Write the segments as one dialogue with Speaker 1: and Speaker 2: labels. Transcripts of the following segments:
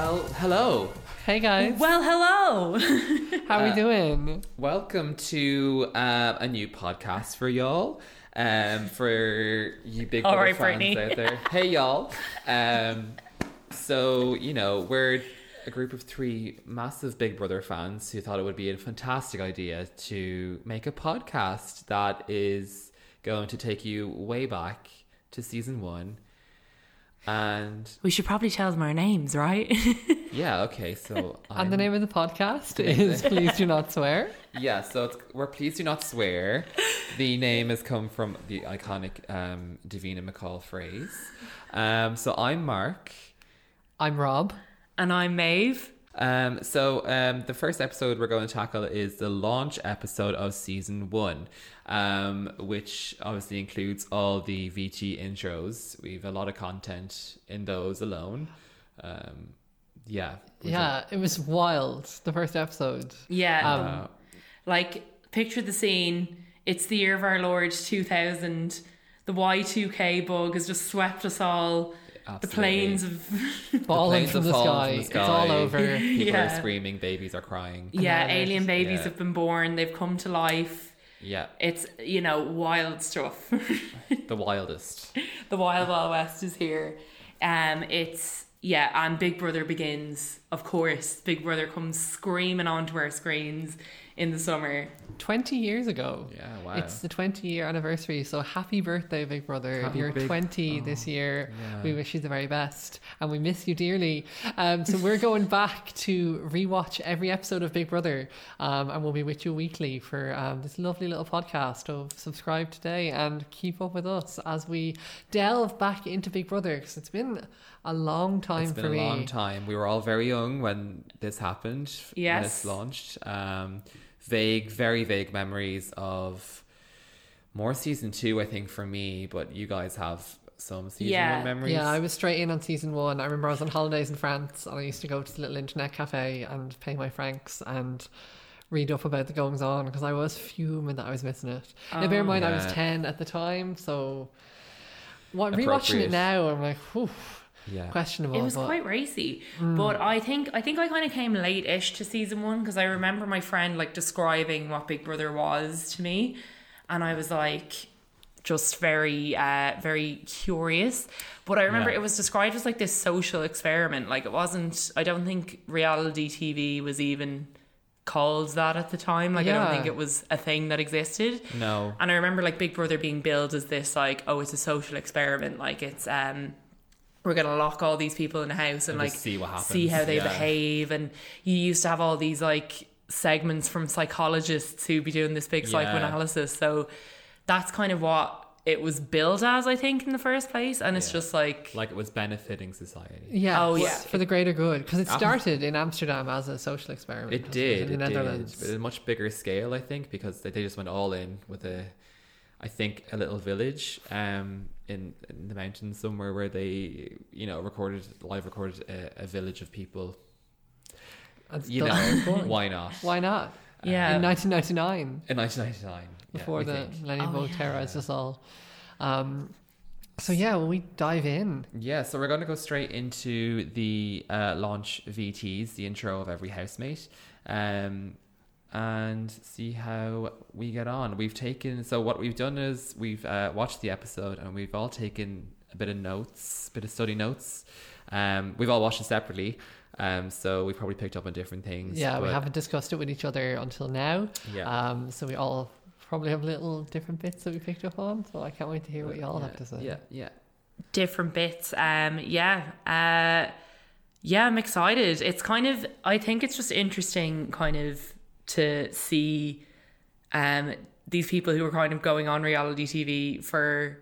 Speaker 1: Hello. Hey guys.
Speaker 2: Well, hello.
Speaker 1: How
Speaker 3: we
Speaker 1: doing? Welcome to uh, a new podcast for y'all. Um, for you big
Speaker 2: All
Speaker 1: brother
Speaker 2: right,
Speaker 1: fans
Speaker 2: Brittany.
Speaker 1: out there. Hey y'all. Um, so you know we're a group of three massive Big Brother fans who thought it would be a fantastic idea to make a podcast that is going to take you way back to season one. And
Speaker 2: we should probably tell them our names, right?
Speaker 1: yeah, okay, so
Speaker 3: And the
Speaker 1: I'm-
Speaker 3: name of the podcast is Please Do Not Swear.
Speaker 1: Yeah, so it's, we're pleased do not swear. The name has come from the iconic um, Davina McCall phrase. Um, so I'm Mark.
Speaker 3: I'm Rob.
Speaker 2: and I'm Maeve.
Speaker 1: Um, so um, the first episode we're going to tackle is the launch episode of season one, um, which obviously includes all the VT intros. We have a lot of content in those alone. Um, yeah. We've
Speaker 3: Yeah, it was wild, the first episode.
Speaker 2: Yeah.
Speaker 1: Uh,
Speaker 2: like, picture the scene. It's the year of our Lord 2000. The Y2K bug has just swept us all. The
Speaker 1: absolutely.
Speaker 2: planes of.
Speaker 3: Falling
Speaker 1: planes
Speaker 3: from
Speaker 1: have
Speaker 3: the,
Speaker 1: fallen
Speaker 3: sky.
Speaker 1: from the
Speaker 3: It's all
Speaker 1: sky.
Speaker 3: over.
Speaker 1: People
Speaker 2: Yeah.
Speaker 1: are screaming, babies are crying.
Speaker 2: yeah,
Speaker 3: Annihilated.
Speaker 2: alien babies
Speaker 1: Yeah.
Speaker 2: have been born. They've come to life.
Speaker 1: Yeah,
Speaker 2: It's, you know, wild stuff.
Speaker 1: the wildest.
Speaker 2: the Wild Wild West is here. Um, it's yeah, and Big Brother begins. Of course, Big Brother comes screaming onto our screens in the summer.
Speaker 3: 20 years ago.
Speaker 1: Yeah, wow.
Speaker 3: It's the 20 year anniversary. So happy birthday, Big Brother.
Speaker 1: Happy
Speaker 3: You're
Speaker 1: big- oh,
Speaker 3: 20 this year. We wish you the very best and we miss you dearly. Um, so we're going back to rewatch every episode of Big Brother um, and we'll be with you weekly for um, this lovely little podcast of subscribe today and keep up with us as we delve back into Big Brother because it's been a long time
Speaker 1: It's
Speaker 3: for
Speaker 1: been a
Speaker 3: me.
Speaker 1: long time. We were all very young when this happened. When
Speaker 2: Yes.
Speaker 1: this launched. Um, vague, very vague memories of more season two, I think, for me, but you guys have some season
Speaker 2: Yeah.
Speaker 1: one memories.
Speaker 3: Yeah, I was straight in on season one. I remember I was on holidays in France and I used to go to the little internet cafe and pay my francs and read up about the goings on because I was fuming that I was missing it. now, bear in mind, I was
Speaker 1: Yeah.
Speaker 3: 10 at the time, so what, rewatching
Speaker 1: Appropriate.
Speaker 3: it now, I'm like, whew,
Speaker 1: Yeah.
Speaker 3: questionable.
Speaker 2: it was
Speaker 3: but Mm.
Speaker 2: quite racy, but I think I think I kind of came late-ish to season one because I remember my friend like describing what Big Brother was to me, and I was like. Just very, uh, very curious. But I remember
Speaker 1: Yeah.
Speaker 2: it was described as like this social experiment. Like it wasn't. I don't think reality TV was even called that at the time. Like I don't
Speaker 3: Yeah.
Speaker 2: think it was a thing that existed.
Speaker 1: No.
Speaker 2: And I remember like Big Brother being billed as this like, oh, it's a social experiment. Like it's um we're gonna lock all these people in a house and,
Speaker 1: And
Speaker 2: like
Speaker 1: just see what
Speaker 2: see
Speaker 1: happens.
Speaker 2: how they
Speaker 1: Yeah.
Speaker 2: behave. And you used to have all these like segments from psychologists who be doing this big psychoanalysis. So that's kind of what it was billed as, I think, in the first place. And it's
Speaker 1: Yeah.
Speaker 2: just like,
Speaker 1: Like it was benefiting society.
Speaker 3: Yeah,
Speaker 2: Oh,
Speaker 3: for-
Speaker 2: yeah.
Speaker 3: for the greater good because it
Speaker 1: Um,
Speaker 3: started in Amsterdam as a social experiment.
Speaker 1: It
Speaker 3: wasn't
Speaker 1: did.
Speaker 3: in
Speaker 1: It
Speaker 3: the
Speaker 1: did.
Speaker 3: Netherlands.
Speaker 1: But at a much bigger scale, I think, because they, they just went all in with a, I think, a little village um, in, in the mountains somewhere where they, you know, recorded, live recorded a, a village of people.
Speaker 3: That's
Speaker 1: You
Speaker 3: the-
Speaker 1: know, why not?
Speaker 3: why not?
Speaker 2: yeah.
Speaker 3: In 1999.
Speaker 1: In 1999. yeah,
Speaker 3: before
Speaker 1: we
Speaker 3: the
Speaker 1: think.
Speaker 3: Millennium
Speaker 2: Oh,
Speaker 3: Vogue
Speaker 2: yeah.
Speaker 3: terrorized us all. Um, so yeah, well, we dive in.
Speaker 1: Yeah, so we're going to go straight into the uh, launch VTs, the intro of every housemate, um, and see how we get on. We've taken, so what we've done is we've uh, watched the episode and we've all taken a bit of notes, a bit of study notes. Um, we've all watched it separately, um, so we probably picked up on different things.
Speaker 3: Yeah, we
Speaker 1: but-
Speaker 3: haven't discussed it with each other until now.
Speaker 1: Yeah.
Speaker 3: Um, so we all probably have little different bits that we picked up on. So I can't wait to hear what you all
Speaker 1: Uh, yeah,
Speaker 3: have to say.
Speaker 1: Yeah, yeah.
Speaker 2: different bits. Um, yeah, uh, yeah, I'm excited. It's kind of, I think it's just interesting, kind of, to see um, these people who were kind of going on reality TV for,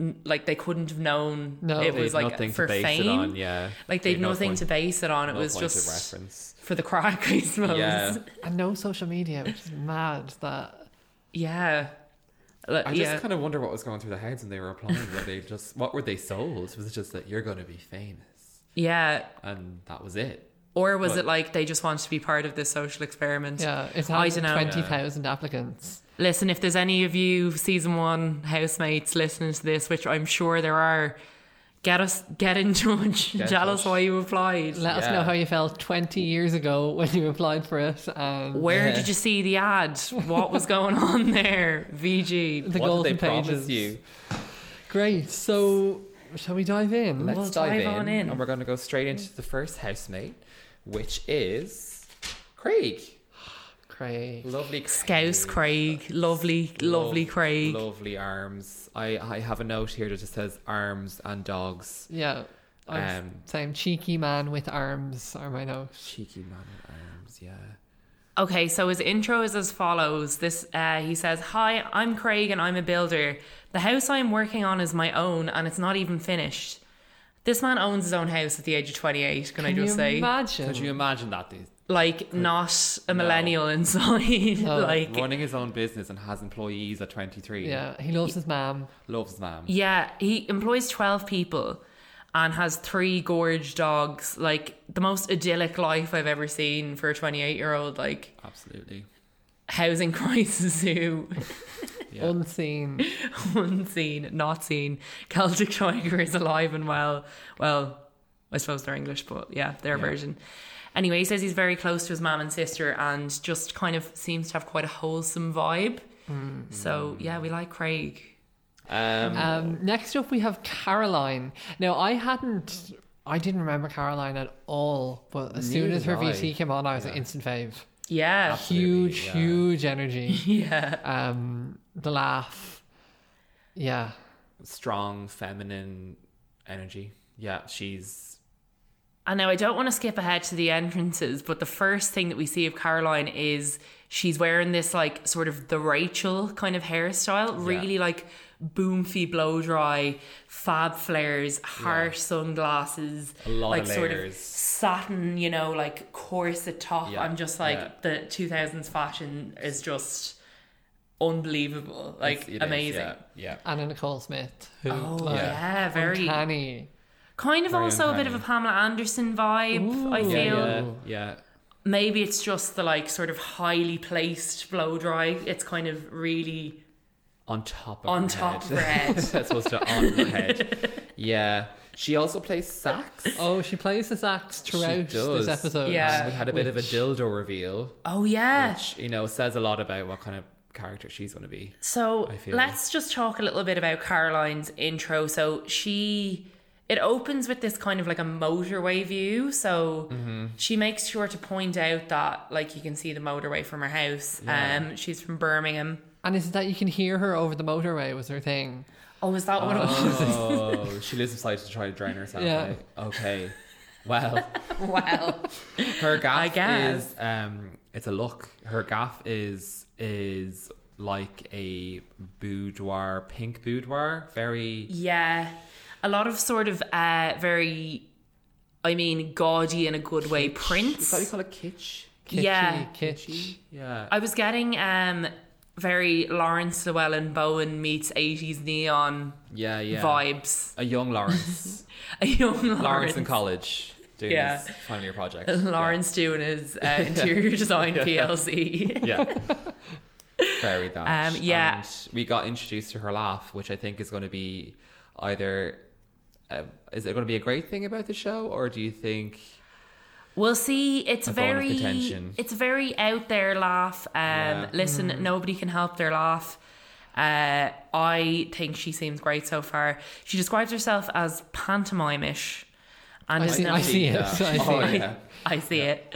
Speaker 2: n- like, they couldn't have known
Speaker 3: No.
Speaker 2: it
Speaker 3: They
Speaker 2: was
Speaker 1: They'd
Speaker 2: like
Speaker 1: nothing
Speaker 2: for
Speaker 1: to base
Speaker 2: fame.
Speaker 1: it on, yeah.
Speaker 2: Like they'd
Speaker 1: They'd no
Speaker 2: nothing
Speaker 1: point-
Speaker 2: to base it on. It
Speaker 1: no
Speaker 2: was
Speaker 1: point of
Speaker 2: just
Speaker 1: reference.
Speaker 2: for the crack, I suppose.
Speaker 1: Yeah.
Speaker 3: And no social media, which is mad. That
Speaker 2: yeah. Like,
Speaker 1: I just
Speaker 2: yeah.
Speaker 1: kind of wonder what was going through their heads when they were applying. Were they just what were they sold? Was it just that you're going to be famous,
Speaker 2: yeah.
Speaker 1: and that was it?
Speaker 2: Or was
Speaker 1: But-
Speaker 2: it like they just wanted to be part of this social experiment?
Speaker 3: yeah, it's
Speaker 2: I
Speaker 3: had
Speaker 2: dunno.
Speaker 3: twenty thousand applicants.
Speaker 2: Listen, if there's any of you season one housemates listening to this, which I'm sure there are, Get us get in touch.
Speaker 1: Get in
Speaker 2: Tell us
Speaker 1: touch.
Speaker 2: why you applied.
Speaker 3: Let us
Speaker 1: Yeah.
Speaker 3: know how you felt 20 years ago when you applied for it. Um,
Speaker 2: Where
Speaker 1: Yeah.
Speaker 2: did you see the ad? What was going on there? VG.
Speaker 3: the
Speaker 1: what
Speaker 3: golden
Speaker 1: did they promise
Speaker 3: pages.
Speaker 1: you?
Speaker 3: Great. So, shall we dive in?
Speaker 1: Let's
Speaker 2: We'll
Speaker 1: dive,
Speaker 2: dive
Speaker 1: in,
Speaker 2: on in.
Speaker 1: and we're going to go straight into the first housemate, which is Craig.
Speaker 3: Great.
Speaker 1: Lovely
Speaker 2: Scouse
Speaker 1: Craig.
Speaker 2: Craig. Lovely, lovely
Speaker 1: Lov-
Speaker 2: Craig.
Speaker 1: Lovely arms. I, I have a note here that just says arms and dogs.
Speaker 3: Yeah. I'm
Speaker 1: Um,
Speaker 3: saying cheeky man with arms are my notes.
Speaker 1: cheeky man with arms, yeah.
Speaker 2: Okay, so his intro is as follows. This uh, he says, "Hi, I'm Craig, and I'm a builder. The house I'm working on is my own, and it's not even finished." This man owns his own house at the age of 28. Can, I
Speaker 3: Can
Speaker 2: just
Speaker 3: you
Speaker 2: say,
Speaker 3: imagine?
Speaker 1: Could you imagine that? Dude?
Speaker 2: like, not a millennial inside,
Speaker 3: No.
Speaker 2: like,
Speaker 1: Running his own business and has employees at 23.
Speaker 3: Yeah, he loves his mom.
Speaker 1: Loves ma'am.
Speaker 2: Yeah, he employs 12 people and has three gorge dogs. Like the most idyllic life I've ever seen for a 28 year old. Like
Speaker 1: Absolutely.
Speaker 2: housing crisis zoo,
Speaker 1: Yeah.
Speaker 3: Unseen.
Speaker 2: unseen, not seen. Celtic Tiger is alive and well. Well, I suppose they're English, but yeah, their
Speaker 1: Yeah.
Speaker 2: version. Anyway, he says he's very close to his mum and sister and just kind of seems to have quite a wholesome vibe. So yeah, we like Craig.
Speaker 1: Um,
Speaker 3: Um, next up, we have Caroline. Now, I hadn't, I didn't remember Caroline at all, but as soon
Speaker 1: Neither
Speaker 3: as her
Speaker 1: did I.
Speaker 3: VT came on, I was an
Speaker 1: Yeah.
Speaker 3: instant fave.
Speaker 2: Yeah.
Speaker 1: Absolutely,
Speaker 3: huge,
Speaker 1: yeah.
Speaker 3: huge energy.
Speaker 2: Yeah.
Speaker 3: Um, the laugh. Yeah,
Speaker 1: strong feminine energy. Yeah, she's
Speaker 2: And now I don't want to skip ahead to the entrances, but the first thing that we see of Caroline is she's wearing this like sort of the Rachel kind of hairstyle, really like boomfy blow dry, fab flares, harsh sunglasses,
Speaker 1: A lot
Speaker 2: like
Speaker 1: of
Speaker 2: sort of
Speaker 1: layers.
Speaker 2: satin, you know, like corset top.
Speaker 1: Yeah,
Speaker 2: I'm just like
Speaker 1: yeah.
Speaker 2: the 2000s fashion is just unbelievable, like
Speaker 1: it is,
Speaker 2: amazing.
Speaker 1: yeah, yeah.
Speaker 3: Anna Nicole Smith. Who,
Speaker 2: Oh
Speaker 3: like,
Speaker 2: yeah, very
Speaker 3: uncanny.
Speaker 2: kind of
Speaker 1: Very
Speaker 2: also a bit of a
Speaker 1: uncanny.
Speaker 2: Pamela Anderson vibe. I
Speaker 3: Ooh.
Speaker 1: Yeah,
Speaker 2: feel
Speaker 1: yeah,
Speaker 3: Feel-
Speaker 1: yeah.
Speaker 2: maybe it's just the like sort of highly placed blow dry. It's kind of really
Speaker 1: On top of
Speaker 2: on
Speaker 1: her
Speaker 2: top
Speaker 1: head.
Speaker 2: of red.
Speaker 1: That's supposed to on her head. Yeah. She also plays sax.
Speaker 3: Oh, she plays the sax throughout
Speaker 1: does.
Speaker 3: this episode.
Speaker 2: Yeah.
Speaker 1: We had a bit of a dildo reveal,
Speaker 2: oh yeah.
Speaker 1: which you know says a lot about what kind of character she's going to be.
Speaker 2: So
Speaker 1: I feel
Speaker 2: let's just talk a little bit about Caroline's intro. So she it opens with this kind of like a motorway view. So
Speaker 1: Mm-hmm.
Speaker 2: she makes sure to point out that like you can see the motorway from her house. Um she's from Birmingham.
Speaker 3: And is it that you can hear her over the motorway was her thing?
Speaker 2: Oh, is that what it was?
Speaker 1: Oh, she lives beside to try to drown herself. eh?
Speaker 3: Yeah.
Speaker 1: Okay. Well,
Speaker 2: Well,
Speaker 1: her gaff
Speaker 2: I guess.
Speaker 1: is um, it's a look. Her gaff is is like a boudoir, pink boudoir, very
Speaker 2: Yeah. A lot of sort of uh very I mean gaudy in a good way prints.
Speaker 1: What do you call it? Kitsch.
Speaker 3: Kitschy,
Speaker 2: Yeah.
Speaker 3: kitsch.
Speaker 1: Yeah.
Speaker 2: I was getting um very Lawrence Llewellyn Bowen meets 80s neon
Speaker 1: Yeah. Yeah.
Speaker 2: vibes.
Speaker 1: A young Lawrence.
Speaker 2: A young Lawrence.
Speaker 1: Lawrence in college doing
Speaker 2: Yeah.
Speaker 1: his final year project.
Speaker 2: Lawrence doing his uh, interior design PLC.
Speaker 1: Yeah. yeah. Very that.
Speaker 2: Um, yeah.
Speaker 1: And we got introduced to her laugh, which I think is going to be either. Uh, is it going to be a great thing about the show, or do you think?
Speaker 2: We'll see. It's
Speaker 1: A bone of
Speaker 2: very,
Speaker 1: contention.
Speaker 2: it's very out there laugh. Um,
Speaker 1: Yeah.
Speaker 2: Listen, nobody can help their laugh. Uh, I think she seems great so far. She describes herself as pantomimish, and
Speaker 3: I
Speaker 2: is
Speaker 3: see,
Speaker 2: known-
Speaker 3: I see it.
Speaker 1: Yeah.
Speaker 3: I see
Speaker 1: Oh,
Speaker 3: it.
Speaker 1: yeah.
Speaker 2: I see it.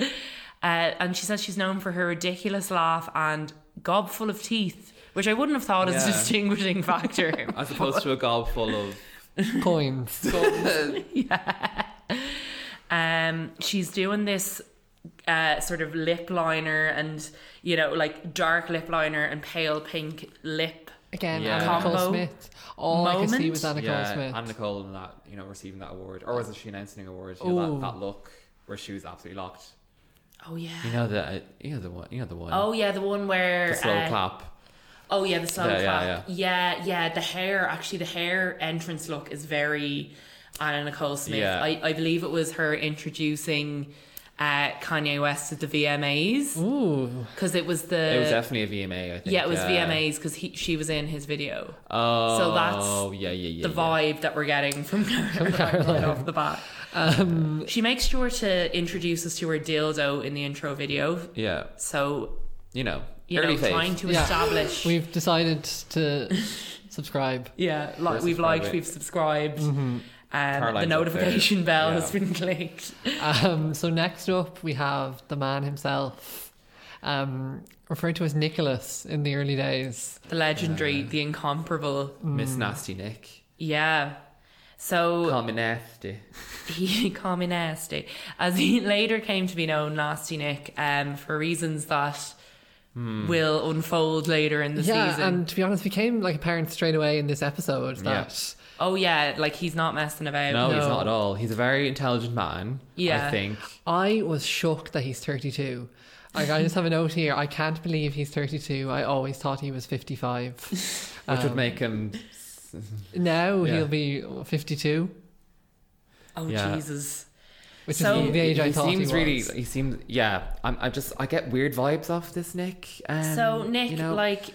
Speaker 2: Uh, and she says she's known for her ridiculous laugh and gob full of teeth, which I wouldn't have thought is a
Speaker 1: Yeah.
Speaker 2: distinguishing factor.
Speaker 1: As opposed to a gob full of.
Speaker 3: Coins.
Speaker 2: um, she's doing this uh, sort of lip liner and you know like dark lip liner and pale pink lip.
Speaker 3: Again,
Speaker 1: Yeah.
Speaker 3: Anna Nicole
Speaker 2: Combo
Speaker 3: Smith. All I could see
Speaker 2: moment?
Speaker 3: was Anna Nicole
Speaker 1: yeah,
Speaker 3: Smith.
Speaker 1: and Nicole and that you know receiving that award, or was it she announcing an award? You know,
Speaker 3: Ooh.
Speaker 1: that, that look where she was absolutely locked.
Speaker 2: Oh yeah.
Speaker 1: You know the uh, you know the one you know the one.
Speaker 2: Oh yeah, the one where
Speaker 1: the slow
Speaker 2: uh,
Speaker 1: clap.
Speaker 2: Oh yeah, the slow
Speaker 1: Yeah, yeah,
Speaker 2: clap. Yeah yeah. the hair actually the hair entrance look is very Anna Nicole Smith.
Speaker 1: Yeah.
Speaker 2: I, I believe it was her introducing uh, Kanye West at the VMAs
Speaker 3: Ooh.
Speaker 2: because it was the
Speaker 1: It was definitely a VMA, I think.
Speaker 2: Uh, yeah it was VMAs because he she was in his video.
Speaker 1: Oh,
Speaker 2: So that's
Speaker 1: yeah, yeah, yeah.
Speaker 2: the
Speaker 1: yeah.
Speaker 2: vibe that we're getting from Caroline right off the bat. Um, she makes sure to introduce us to her dildo in the intro video,
Speaker 1: Yeah,
Speaker 2: so
Speaker 1: you know,
Speaker 2: you
Speaker 1: early
Speaker 2: know,
Speaker 1: phase.
Speaker 2: trying to
Speaker 3: Yeah.
Speaker 2: establish.
Speaker 3: We've decided to subscribe.
Speaker 2: yeah, like
Speaker 1: We're
Speaker 2: we've liked,
Speaker 1: subscribing.
Speaker 2: we've subscribed. Um, the
Speaker 1: Caroline's up there.
Speaker 2: notification bell
Speaker 1: Yeah.
Speaker 2: has been clicked.
Speaker 3: Um, so next up, we have the man himself, um, referred to as Nicholas in the early days.
Speaker 2: The legendary, the incomparable.
Speaker 1: Miss Nasty Nick.
Speaker 2: Yeah. So
Speaker 1: Common nasty.
Speaker 2: he called me nasty, as he later came to be known, Nasty Nick, um, for reasons that will unfold later in the
Speaker 3: yeah,
Speaker 2: season.
Speaker 3: and to be honest, became like apparent straight away in this episode that
Speaker 2: Oh yeah, like he's not messing about.
Speaker 1: No, he's
Speaker 3: No.
Speaker 1: not at all. He's a very intelligent man. I
Speaker 2: Yeah.
Speaker 1: think.
Speaker 3: I was shocked that he's 32. Like, I just have a note here. I can't believe he's 32. I always thought he was 55.
Speaker 1: Which would
Speaker 3: Um,
Speaker 1: make him.
Speaker 3: Now
Speaker 1: Yeah.
Speaker 3: he'll be 52,
Speaker 2: Oh
Speaker 1: Yeah.
Speaker 2: Jesus.
Speaker 3: which
Speaker 2: So-
Speaker 3: is the age
Speaker 1: he
Speaker 3: I thought he
Speaker 1: seems
Speaker 3: was.
Speaker 1: really. He seems. Yeah, I'm. I just. I get weird vibes off this Nick. Um,
Speaker 2: so Nick,
Speaker 1: you know,
Speaker 2: like,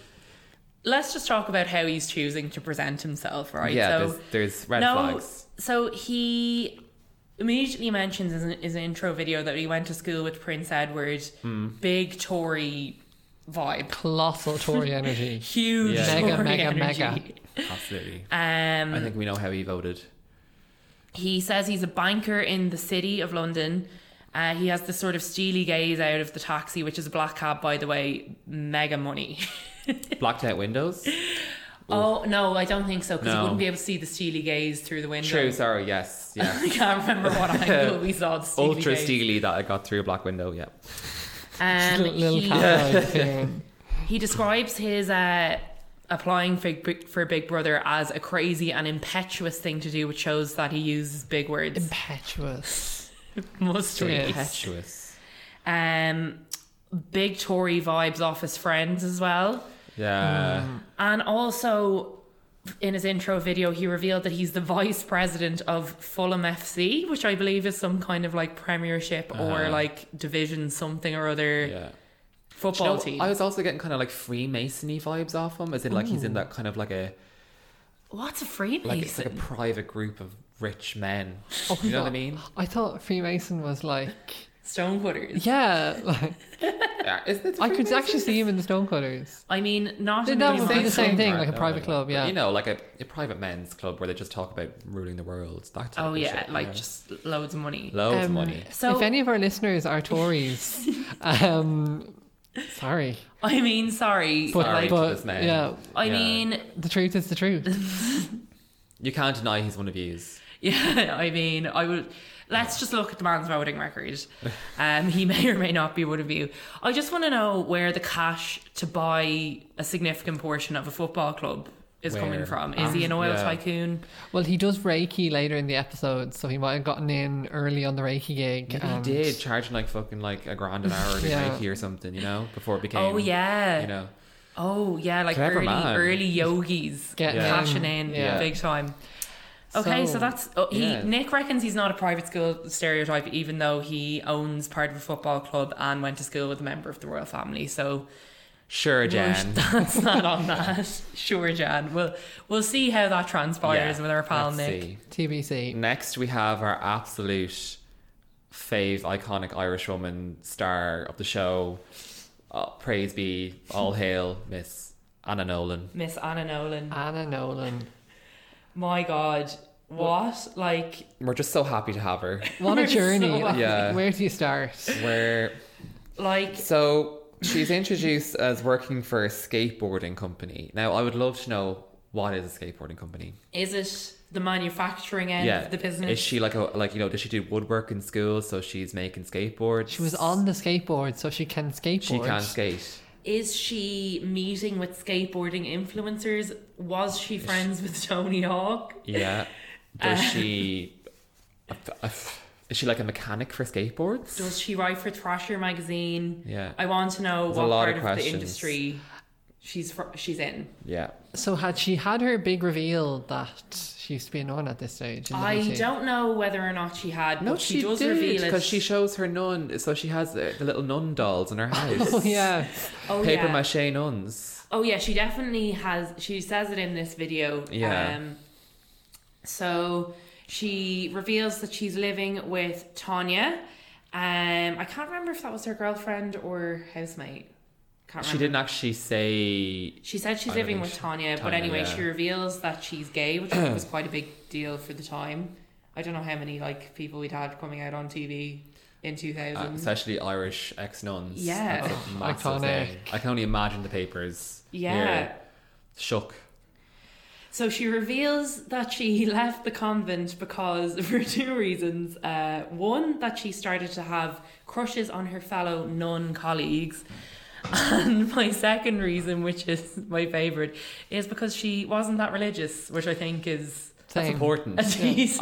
Speaker 2: let's just talk about how he's choosing to present himself, right?
Speaker 1: Yeah,
Speaker 2: so
Speaker 1: there's, there's red
Speaker 2: no,
Speaker 1: flags.
Speaker 2: so he immediately mentions in his intro video that he went to school with Prince Edward,
Speaker 1: Hmm.
Speaker 2: big Tory vibe,
Speaker 3: Colossal Tory energy.
Speaker 2: huge
Speaker 1: Yeah.
Speaker 3: Mega,
Speaker 2: Tory
Speaker 3: mega,
Speaker 2: energy.
Speaker 1: Absolutely.
Speaker 2: Um,
Speaker 1: I think we know how he voted.
Speaker 2: He says he's a banker in the city of London. Uh, he has this sort of steely gaze out of the taxi, which is a black cab, by the way. Mega money.
Speaker 1: Blocked out windows.
Speaker 2: Oh no, I don't think so because
Speaker 1: No.
Speaker 2: you wouldn't be able to see the steely gaze through the window.
Speaker 1: True. Sorry. Yes. Yeah.
Speaker 2: I can't remember what angle we saw the steely
Speaker 1: Ultra
Speaker 2: gaze.
Speaker 1: steely that I got through a black window. Yeah.
Speaker 2: Um,
Speaker 3: Little, little
Speaker 2: he,
Speaker 3: cat eye thing.
Speaker 2: he describes his uh, applying for, Big- for Big Brother as a crazy and impetuous thing to do, which shows that he uses big words.
Speaker 3: Impetuous.
Speaker 2: Must
Speaker 3: Yes.
Speaker 1: Impetuous.
Speaker 2: Um, big Tory vibes off his friends as well.
Speaker 1: Yeah.
Speaker 3: Mm.
Speaker 2: And also, in his intro video, he revealed that he's the vice president of Fulham FC, which I believe is some kind of like premiership or
Speaker 1: Uh-huh.
Speaker 2: like division something or other
Speaker 1: Yeah.
Speaker 2: football
Speaker 1: You know,
Speaker 2: team.
Speaker 1: I was also getting kind of like Freemasony vibes off him, as in like he's in that kind of like a
Speaker 2: What's
Speaker 1: like
Speaker 2: a
Speaker 1: it's
Speaker 2: Freemason?
Speaker 1: like a private group of rich men.
Speaker 3: Oh my
Speaker 1: you know what I
Speaker 3: God.
Speaker 1: mean?
Speaker 3: I thought Freemason was like,
Speaker 2: Stonecutters.
Speaker 3: yeah, like,
Speaker 1: Yeah, isn't it
Speaker 3: I could
Speaker 1: Freemasons?
Speaker 3: actually see him in the Stonecutters.
Speaker 2: I mean, not
Speaker 3: Then
Speaker 2: in
Speaker 3: that
Speaker 2: the
Speaker 3: would be the
Speaker 2: same-
Speaker 3: same thing,
Speaker 1: Right,
Speaker 3: like a
Speaker 1: no,
Speaker 3: private
Speaker 1: no,
Speaker 3: club,
Speaker 1: but,
Speaker 3: yeah.
Speaker 1: you know, like a, a private men's club where they just talk about ruling the world. That type
Speaker 2: Oh
Speaker 1: of
Speaker 2: yeah,
Speaker 1: shit,
Speaker 2: like
Speaker 1: you know?
Speaker 2: just loads of money.
Speaker 1: loads of
Speaker 3: Um,
Speaker 1: Oh, money.
Speaker 2: So-
Speaker 3: if any of our listeners are Tories, um, sorry,
Speaker 2: I mean, sorry.
Speaker 3: but,
Speaker 1: Sorry
Speaker 2: like,
Speaker 1: to
Speaker 3: but,
Speaker 1: this man.
Speaker 3: yeah,
Speaker 2: I
Speaker 1: Yeah.
Speaker 2: mean,
Speaker 3: the truth is the truth.
Speaker 1: you can't deny he's one of yous.
Speaker 2: Yeah, I mean, I would. Let's just look at the man's voting record. Um, he may or may not be one of you. I just want to know where the cash to buy a significant portion of a football club is coming
Speaker 1: Where?
Speaker 2: from. Is he an
Speaker 1: Um,
Speaker 2: oil
Speaker 1: yeah.
Speaker 2: tycoon?
Speaker 3: Well, he does Reiki later in the episode, so he might have gotten in early on the Reiki gig.
Speaker 1: Maybe
Speaker 3: and-
Speaker 1: he did charging like fucking like a grand an hour to
Speaker 3: Yeah.
Speaker 1: yeah. or something, you know, before it became.
Speaker 2: oh yeah.
Speaker 1: You know,
Speaker 2: Oh yeah, like
Speaker 1: Clever
Speaker 2: early
Speaker 1: man.
Speaker 2: early yogis
Speaker 3: Getting
Speaker 1: Yeah.
Speaker 2: cashing in
Speaker 3: Yeah.
Speaker 2: big time. Okay, so,
Speaker 3: So-
Speaker 2: that's oh, he.
Speaker 1: Yeah.
Speaker 2: Nick reckons he's not a private school stereotype, even though he owns part of a football club and went to school with a member of the royal family. So
Speaker 1: sure, Jan.
Speaker 2: That's not on that. Sure, Jan. We'll we'll see how that transpires
Speaker 1: Yeah,
Speaker 2: with our pal
Speaker 1: let's
Speaker 2: Nick.
Speaker 1: see.
Speaker 3: TBC.
Speaker 1: Next, we have our absolute fave, iconic Irish woman star of the show. Uh, praise be, all hail, Miss Anna Nolan.
Speaker 2: Miss Anna Nolan.
Speaker 1: Mm.
Speaker 3: Anna Nolan.
Speaker 2: My God. What? Like
Speaker 1: We're just so happy to have her.
Speaker 3: What
Speaker 2: We're
Speaker 3: a
Speaker 2: so
Speaker 3: journey.
Speaker 2: lucky.
Speaker 1: Yeah.
Speaker 3: Where do you start?
Speaker 1: Where
Speaker 2: like
Speaker 1: so she's introduced as working for a skateboarding company. Now, I would love to know what is a skateboarding company.
Speaker 2: is it the manufacturing end
Speaker 1: yeah,
Speaker 2: of the business?
Speaker 1: Is she like a like you know? Did she do woodwork in school? So she's making skateboards.
Speaker 3: She was on the skateboard, so she can skateboard.
Speaker 1: She can skate.
Speaker 2: Is she meeting with skateboarding influencers? Was she friends with Tony Hawk?
Speaker 1: Yeah.
Speaker 2: Uh,
Speaker 1: Does she? is she like a mechanic for skateboards?
Speaker 2: Does she write for Thrasher magazine?
Speaker 1: Yeah.
Speaker 2: I want to know
Speaker 1: There's a
Speaker 2: what
Speaker 1: lot
Speaker 2: part
Speaker 1: of
Speaker 2: of the
Speaker 1: questions.
Speaker 2: industry she's fr- she's in.
Speaker 1: Yeah.
Speaker 3: So had she had her big reveal that she used to be a nun at this stage? in the
Speaker 2: I
Speaker 3: VT?
Speaker 2: don't know whether or not she had.
Speaker 1: No,
Speaker 2: but
Speaker 1: she,
Speaker 2: does
Speaker 1: did,
Speaker 2: reveal it
Speaker 1: because she shows her nun. So she has uh, the, the little nun dolls in her house.
Speaker 3: Oh, yeah.
Speaker 2: oh,
Speaker 1: Paper
Speaker 2: yeah.
Speaker 1: mache nuns.
Speaker 2: Oh yeah, she definitely has. She says it in this video.
Speaker 1: Yeah.
Speaker 2: Um, so she reveals that she's living with Tanya. Um, I can't remember if that was her girlfriend or housemate. Can't remember.
Speaker 1: She didn't actually say.
Speaker 2: She said she's
Speaker 1: I don't
Speaker 2: living
Speaker 1: think
Speaker 2: with
Speaker 1: she-
Speaker 2: Tanya, but
Speaker 1: Tanya,
Speaker 2: anyway,
Speaker 1: yeah.
Speaker 2: she reveals that she's gay, which I think was quite a big deal for the time. I don't know how many like people we'd had coming out on TV in two
Speaker 1: uh,
Speaker 2: thousand.
Speaker 1: especially Irish ex nuns.
Speaker 2: Mm. Yeah.
Speaker 1: That's a massive
Speaker 3: Oh, iconic.
Speaker 1: thing. I can only imagine the papers.
Speaker 2: Yeah.
Speaker 1: here. Shook.
Speaker 2: So she reveals that she left the convent because for two reasons. Uh, one, that she started to have crushes on her fellow nun colleagues. And my second reason, which is my favourite, is because she wasn't that religious, which I think is
Speaker 1: That's
Speaker 3: Same.
Speaker 1: important.
Speaker 2: a decent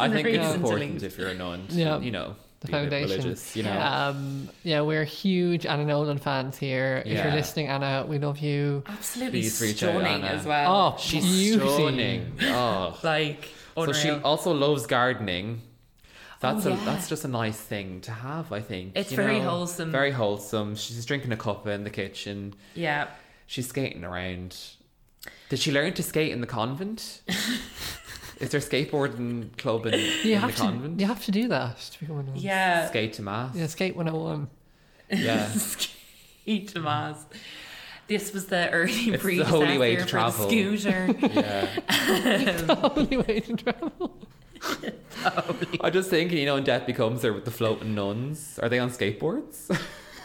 Speaker 1: I think
Speaker 2: reason
Speaker 1: it's
Speaker 2: to leave.
Speaker 1: important if you're a nun. to,
Speaker 3: Yeah.
Speaker 1: You know,
Speaker 3: The
Speaker 1: be a bit
Speaker 3: foundation.
Speaker 1: religious. You know.
Speaker 3: Um, yeah, we're huge Anna Nolan fans here. If you're
Speaker 1: Yeah.
Speaker 3: listening, Anna, we love you.
Speaker 2: Absolutely
Speaker 1: Please reach out,
Speaker 2: stunning
Speaker 1: Anna.
Speaker 2: as well.
Speaker 3: Oh,
Speaker 1: She's
Speaker 3: Beauty.
Speaker 1: stunning. Oh.
Speaker 2: Like,
Speaker 1: So
Speaker 2: unreal.
Speaker 1: she also loves gardening. That's
Speaker 2: Oh,
Speaker 1: a
Speaker 2: yeah.
Speaker 1: that's just a nice thing to have, I think.
Speaker 2: It's
Speaker 1: you
Speaker 2: very
Speaker 1: know?
Speaker 2: wholesome.
Speaker 1: Very wholesome. She's drinking a cuppa in the kitchen.
Speaker 2: yeah.
Speaker 1: Oh. She's skating around. Did she learn to skate in the convent? Is there skateboarding club in,
Speaker 3: You
Speaker 1: in
Speaker 3: have
Speaker 1: the
Speaker 3: to.
Speaker 1: convent?
Speaker 3: You have to do that to become a nun.
Speaker 2: Yeah.
Speaker 1: Skate to mass.
Speaker 3: Yeah, skate 101.
Speaker 1: Yeah.
Speaker 2: Skate mass. This was the early
Speaker 1: It's
Speaker 2: pre
Speaker 1: the holy way to
Speaker 2: for the
Speaker 1: travel.
Speaker 2: scooter.
Speaker 1: yeah.
Speaker 3: Only way to travel.
Speaker 1: I'm just thinking, you know, in Death Becomes Her with the floating nuns. Are they on skateboards?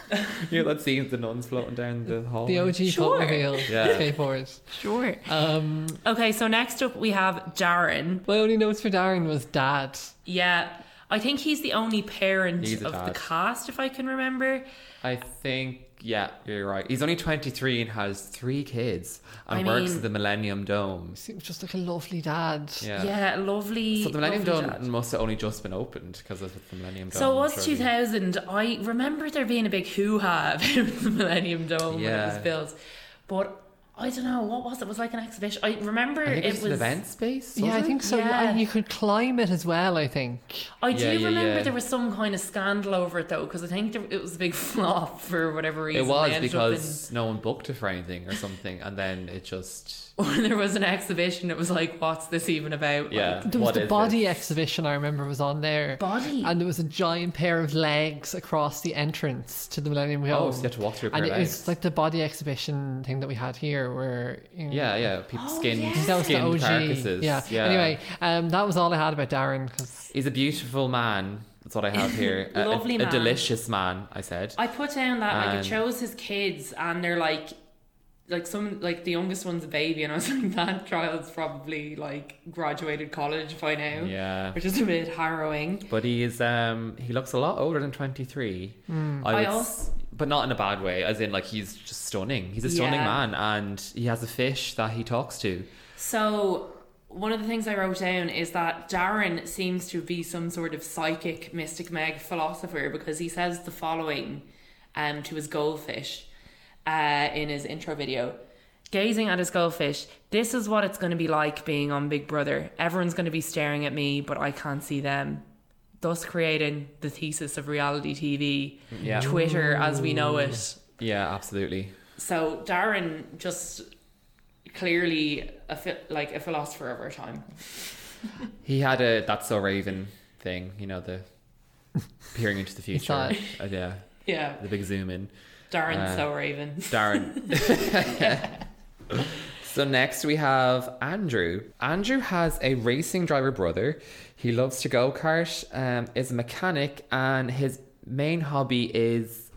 Speaker 1: you know that scene of the nuns floating down the hall.
Speaker 3: The OG
Speaker 2: Sure.
Speaker 3: sure. reveal.
Speaker 1: Yeah.
Speaker 3: Skateboards.
Speaker 2: Sure.
Speaker 3: Um,
Speaker 2: Okay, so next up we have Darren.
Speaker 3: my only notes for Darren was dad.
Speaker 2: Yeah, I think he's the only parent
Speaker 1: He's a
Speaker 2: of the
Speaker 1: dad.
Speaker 2: cast, if I can remember.
Speaker 1: I think, yeah, you're right. He's only 23 and has three kids and
Speaker 2: I
Speaker 1: works
Speaker 2: mean-
Speaker 1: at the Millennium Dome.
Speaker 3: Seems just like a lovely dad.
Speaker 1: Yeah.
Speaker 2: Yeah, lovely.
Speaker 1: So the Millennium
Speaker 2: lovely
Speaker 1: Dome
Speaker 2: dad.
Speaker 1: must have only just been opened because it's the Millennium Dome.
Speaker 2: So it was
Speaker 1: surely.
Speaker 2: 2000. I remember there being a big hoo ha about the Millennium Dome when it
Speaker 1: Yeah.
Speaker 2: was built, but I don't know what was it. It was like an exhibition. I remember
Speaker 1: I think
Speaker 2: it
Speaker 1: it was an
Speaker 2: was.
Speaker 1: event space.
Speaker 3: Yeah, I
Speaker 1: was it?
Speaker 3: think so.
Speaker 2: Yeah.
Speaker 3: And you could climb it as well, I think.
Speaker 2: I do
Speaker 1: Yeah, yeah,
Speaker 2: remember
Speaker 1: yeah.
Speaker 2: there was some kind of scandal over it though, because I think there, it was a big flop for whatever reason.
Speaker 1: It
Speaker 2: They
Speaker 1: was
Speaker 2: ended up in-
Speaker 1: because no one booked it for anything or something, and then it just
Speaker 2: or there was an exhibition that was like, what's this even about?
Speaker 1: yeah.
Speaker 3: There was
Speaker 1: what
Speaker 3: the
Speaker 1: is
Speaker 3: body
Speaker 1: it?
Speaker 3: exhibition I remember was on there.
Speaker 2: Body?
Speaker 3: And there was a giant pair of legs across the entrance to the Millennium Dome.
Speaker 1: Oh, so you have to walk through. a pair
Speaker 3: and
Speaker 1: of
Speaker 3: it
Speaker 1: legs.
Speaker 3: was like the body exhibition thing that we had here where you know,
Speaker 1: Yeah, yeah. People
Speaker 2: Oh,
Speaker 1: skinned,
Speaker 2: yeah.
Speaker 3: that was the
Speaker 1: skinned
Speaker 3: OG.
Speaker 1: carcasses.
Speaker 3: Yeah. Anyway, um, that was all I had about Darren because
Speaker 1: he's a beautiful man. That's what I have here. Uh, A- a-
Speaker 2: Lovely
Speaker 1: a,
Speaker 2: man.
Speaker 1: delicious man. I said.
Speaker 2: I put down that like it
Speaker 1: And-
Speaker 2: shows his kids and they're like like some like the youngest one's a baby and I was like that child's probably like graduated college by now.
Speaker 1: yeah.
Speaker 2: Which is a bit harrowing.
Speaker 1: But he is. Um, he looks a lot older than twenty three.
Speaker 2: Hmm. I
Speaker 1: would s-
Speaker 2: also-
Speaker 1: but not in a bad way. As in, like he's just stunning. He's a stunning
Speaker 2: Yeah.
Speaker 1: man, and he has a fish that he talks to.
Speaker 2: So one of the things I wrote down is that Darren seems to be some sort of psychic mystic meg philosopher because he says the following um, to his goldfish uh, in his intro video. Gazing at his goldfish, this is what it's going to be like being on Big Brother. Everyone's going to be staring at me, but I can't see them. Thus, creating the thesis of reality TV,
Speaker 1: Yeah.
Speaker 2: Twitter as we know it,
Speaker 1: Yeah, absolutely.
Speaker 2: so Darren just clearly a phi- like a philosopher of our time.
Speaker 1: He had a that's so Raven thing. You know the peering into the future.
Speaker 3: saw it.
Speaker 1: Uh, yeah,
Speaker 2: Yeah,
Speaker 1: the big zoom in.
Speaker 2: Darren
Speaker 1: Uh,
Speaker 2: so Raven.
Speaker 1: Darren. so next we have Andrew. Andrew has a racing driver brother. He loves to go kart, um, is a mechanic, and his main hobby is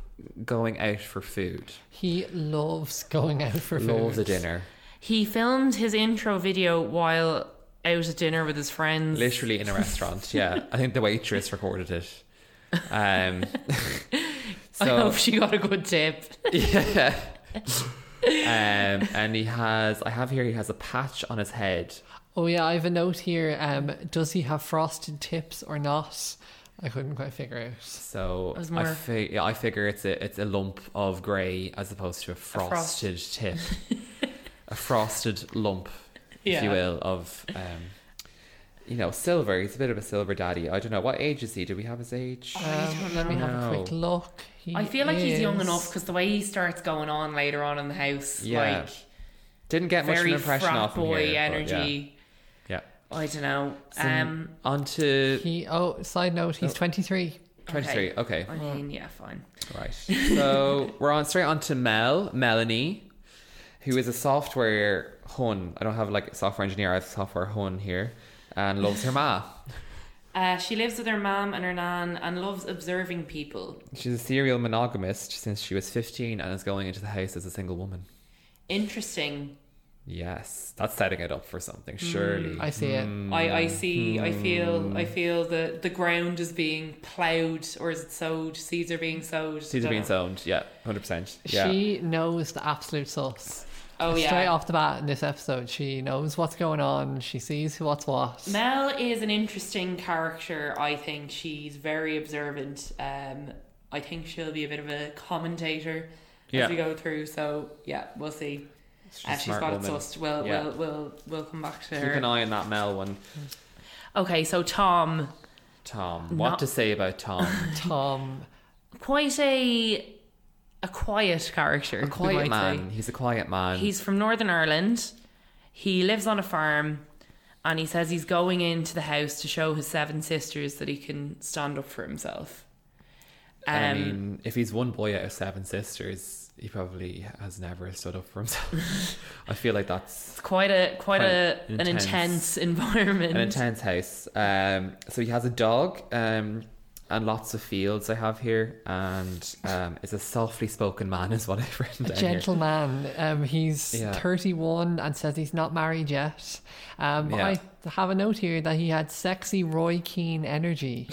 Speaker 1: going out for food.
Speaker 3: he loves going out for
Speaker 1: Loves a
Speaker 3: food.
Speaker 1: dinner.
Speaker 2: He filmed his intro video while out at dinner with his friends.
Speaker 1: Literally in a restaurant. Yeah. I think the waitress recorded it. Um,
Speaker 2: I
Speaker 1: so
Speaker 2: hope she got a good tip.
Speaker 1: yeah. Um, and he has, I have here, he has a patch on his head.
Speaker 3: Oh yeah, I have a note here. Um, does he have frosted tips or not? I couldn't quite figure out.
Speaker 1: So
Speaker 2: was
Speaker 1: I,
Speaker 2: more-
Speaker 1: fi- yeah, I figure it's a it's a lump of grey as opposed to a
Speaker 2: frost.
Speaker 1: frosted tip. a frosted lump, if
Speaker 2: Yeah.
Speaker 1: you will, of um, you know silver. He's a bit of a silver daddy. I don't know what age is he. Do we have his age?
Speaker 2: Uh,
Speaker 3: Um, let me have a quick
Speaker 1: No.
Speaker 3: look. He
Speaker 2: I feel like he's young
Speaker 3: is-
Speaker 2: enough because the way he starts going on later on in the house,
Speaker 1: Yeah.
Speaker 2: like
Speaker 1: Didn't get much of an
Speaker 2: very
Speaker 1: impression
Speaker 2: frat
Speaker 1: off him
Speaker 2: boy
Speaker 1: here, but yeah.
Speaker 2: energy.
Speaker 1: Yeah.
Speaker 2: I don't know. um,
Speaker 1: On to
Speaker 3: He oh, side note, he's twenty three.
Speaker 1: 23. Okay.
Speaker 2: I mean, yeah, fine.
Speaker 1: Right. So we're on straight on to Mel, Melanie, who is a software hun. I don't have like a software engineer, I have a software hun here. And loves her ma.
Speaker 2: Uh, she lives with her mom and her nan and loves observing people.
Speaker 1: She's a serial monogamist since she was 15 and is going into the house as a single woman.
Speaker 2: Interesting.
Speaker 1: Yes, that's setting it up for something, surely.
Speaker 3: I see it.
Speaker 2: Mm.
Speaker 1: Hmm,
Speaker 2: I, I see. I feel. I feel the the ground is being ploughed, or is it sowed? Seeds are being sowed.
Speaker 1: She's
Speaker 2: Don't
Speaker 1: being
Speaker 2: know.
Speaker 1: zoned, yeah, 100%. Yeah.
Speaker 3: She knows the absolute sauce.
Speaker 2: Oh yeah.
Speaker 3: Straight off the bat in this episode, she knows what's going on. She sees what's what.
Speaker 2: Mel is an interesting character. I think she's very observant. Um, I think she'll be a bit of a commentator
Speaker 1: Yeah.
Speaker 2: as we go through. So yeah, we'll see.
Speaker 1: She's
Speaker 2: She's, uh, she's
Speaker 1: smart
Speaker 2: got it
Speaker 1: woman.
Speaker 2: sussed. We'll,
Speaker 1: Yeah.
Speaker 2: we'll we'll we'll come back to
Speaker 1: Keep an
Speaker 2: her.
Speaker 1: eye on that Mel one.
Speaker 2: Okay, so Tom,
Speaker 1: Tom. What
Speaker 2: Not-
Speaker 1: to say about Tom?
Speaker 3: Tom,
Speaker 2: quite a a quiet character. we might
Speaker 1: quiet
Speaker 2: say.
Speaker 1: man. He's a quiet man.
Speaker 2: He's from Northern Ireland. He lives on a farm and he says he's going into the house to show his seven sisters that he can stand up for himself. Um,
Speaker 1: I mean, if he's one boy out of seven sisters, he probably has never stood up for himself. I feel like that's
Speaker 2: it's quite a quite, a
Speaker 1: quite
Speaker 2: an
Speaker 1: intense.
Speaker 2: intense environment.
Speaker 1: an intense house. Um, so he has a dog um, and lots of fields I have here, and um, is a softly spoken man, is what I've written down here.
Speaker 3: gentleman. Um, he's
Speaker 1: Yeah.
Speaker 3: thirty one and says he's not married yet. Um,
Speaker 1: Yeah.
Speaker 3: I have a note here that he had sexy Roy Keane energy,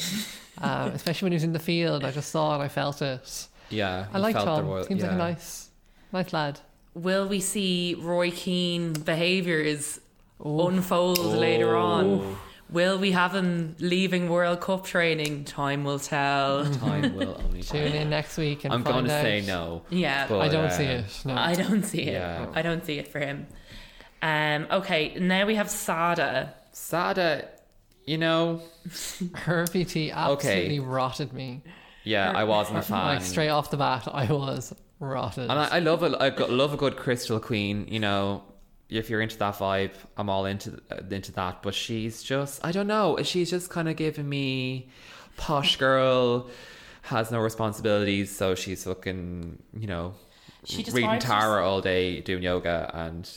Speaker 3: um, especially when he was in the field. I just saw it. I felt it.
Speaker 1: Yeah,
Speaker 3: I
Speaker 1: he
Speaker 3: like
Speaker 1: felt the
Speaker 3: Tom.
Speaker 1: royal-
Speaker 3: Seems like
Speaker 1: yeah.
Speaker 3: a nice, nice lad.
Speaker 2: Will we see Roy Keane behaviours unfold later
Speaker 1: Oh.
Speaker 2: on? Will we have him leaving World Cup training? Time will tell.
Speaker 1: Time will only tell.
Speaker 3: Tune in next week and
Speaker 1: I'm
Speaker 3: find
Speaker 1: going to
Speaker 3: out.
Speaker 1: say no.
Speaker 2: Yeah.
Speaker 1: but,
Speaker 3: I don't see
Speaker 1: um,
Speaker 3: it. No.
Speaker 2: I don't see it.
Speaker 1: Yeah.
Speaker 2: I don't see it for him. Um, okay, now we have Sada.
Speaker 1: Sada, you know,
Speaker 3: Her VT absolutely rotted me.
Speaker 1: yeah, I wasn't a fan.
Speaker 3: Like straight off the bat, I was rotted.
Speaker 1: And I, I love a, I go- love a good crystal queen. You know, if you're into that vibe, I'm all into uh, into that. But she's just, I don't know. She's just kind of giving me posh girl, has no responsibilities, so she's fucking, you know,
Speaker 2: She
Speaker 1: reading
Speaker 2: describes
Speaker 1: Tara all day, doing yoga, and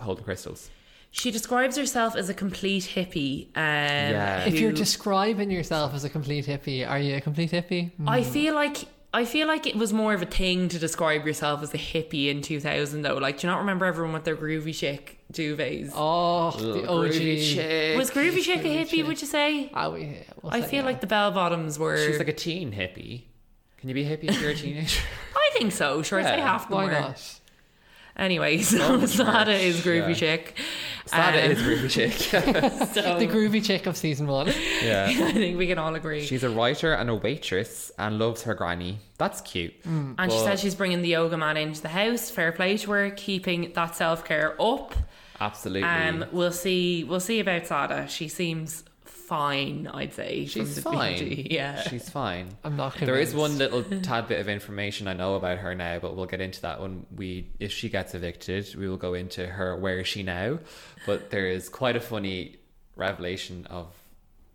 Speaker 1: holding crystals.
Speaker 2: She describes herself as a complete hippie. Um,
Speaker 1: Yeah.
Speaker 3: if you're
Speaker 2: who-
Speaker 3: describing yourself as a complete hippie, are you a complete hippie?
Speaker 2: I feel like. I feel like it was more of a thing to describe yourself as a hippie in 2000, though. Like, do you not remember everyone with their groovy chic duvets?
Speaker 3: Oh, the
Speaker 1: Little
Speaker 3: OG.
Speaker 1: groovy chick.
Speaker 2: was groovy chic a hippie?
Speaker 3: chic.
Speaker 2: Would you say?
Speaker 3: Ah, we- we'll
Speaker 2: I
Speaker 3: say
Speaker 2: feel
Speaker 3: yeah.
Speaker 2: like the bell bottoms were.
Speaker 1: She's like a teen hippie. Can you be a hippie if you're a teenager?
Speaker 2: I think so. Sure, I say
Speaker 1: Yeah,
Speaker 2: half the
Speaker 3: why
Speaker 2: word.
Speaker 3: not?
Speaker 2: Anyway, so Sada
Speaker 1: merch,
Speaker 2: is groovy
Speaker 1: yeah.
Speaker 2: chic.
Speaker 1: Sada
Speaker 2: Um,
Speaker 1: is groovy chick.
Speaker 2: so
Speaker 3: The groovy chick of season one.
Speaker 1: yeah.
Speaker 2: I think we can all agree.
Speaker 1: She's a writer and a waitress and loves her granny. That's cute.
Speaker 2: And she
Speaker 1: But-
Speaker 2: says she's bringing the yoga mat into the house. Fair play to her, keeping that self care up.
Speaker 1: Absolutely.
Speaker 2: Um, we'll see. We'll see about Sada. She seems fine. I'd say from
Speaker 1: She's
Speaker 2: the
Speaker 1: fine.
Speaker 2: BG, Yeah.
Speaker 1: She's fine.
Speaker 3: I'm not convinced.
Speaker 1: There is one little tad bit of information I know about her now, but we'll get into that when we, if she gets evicted, we will go into her where is she now. But there is quite a funny revelation of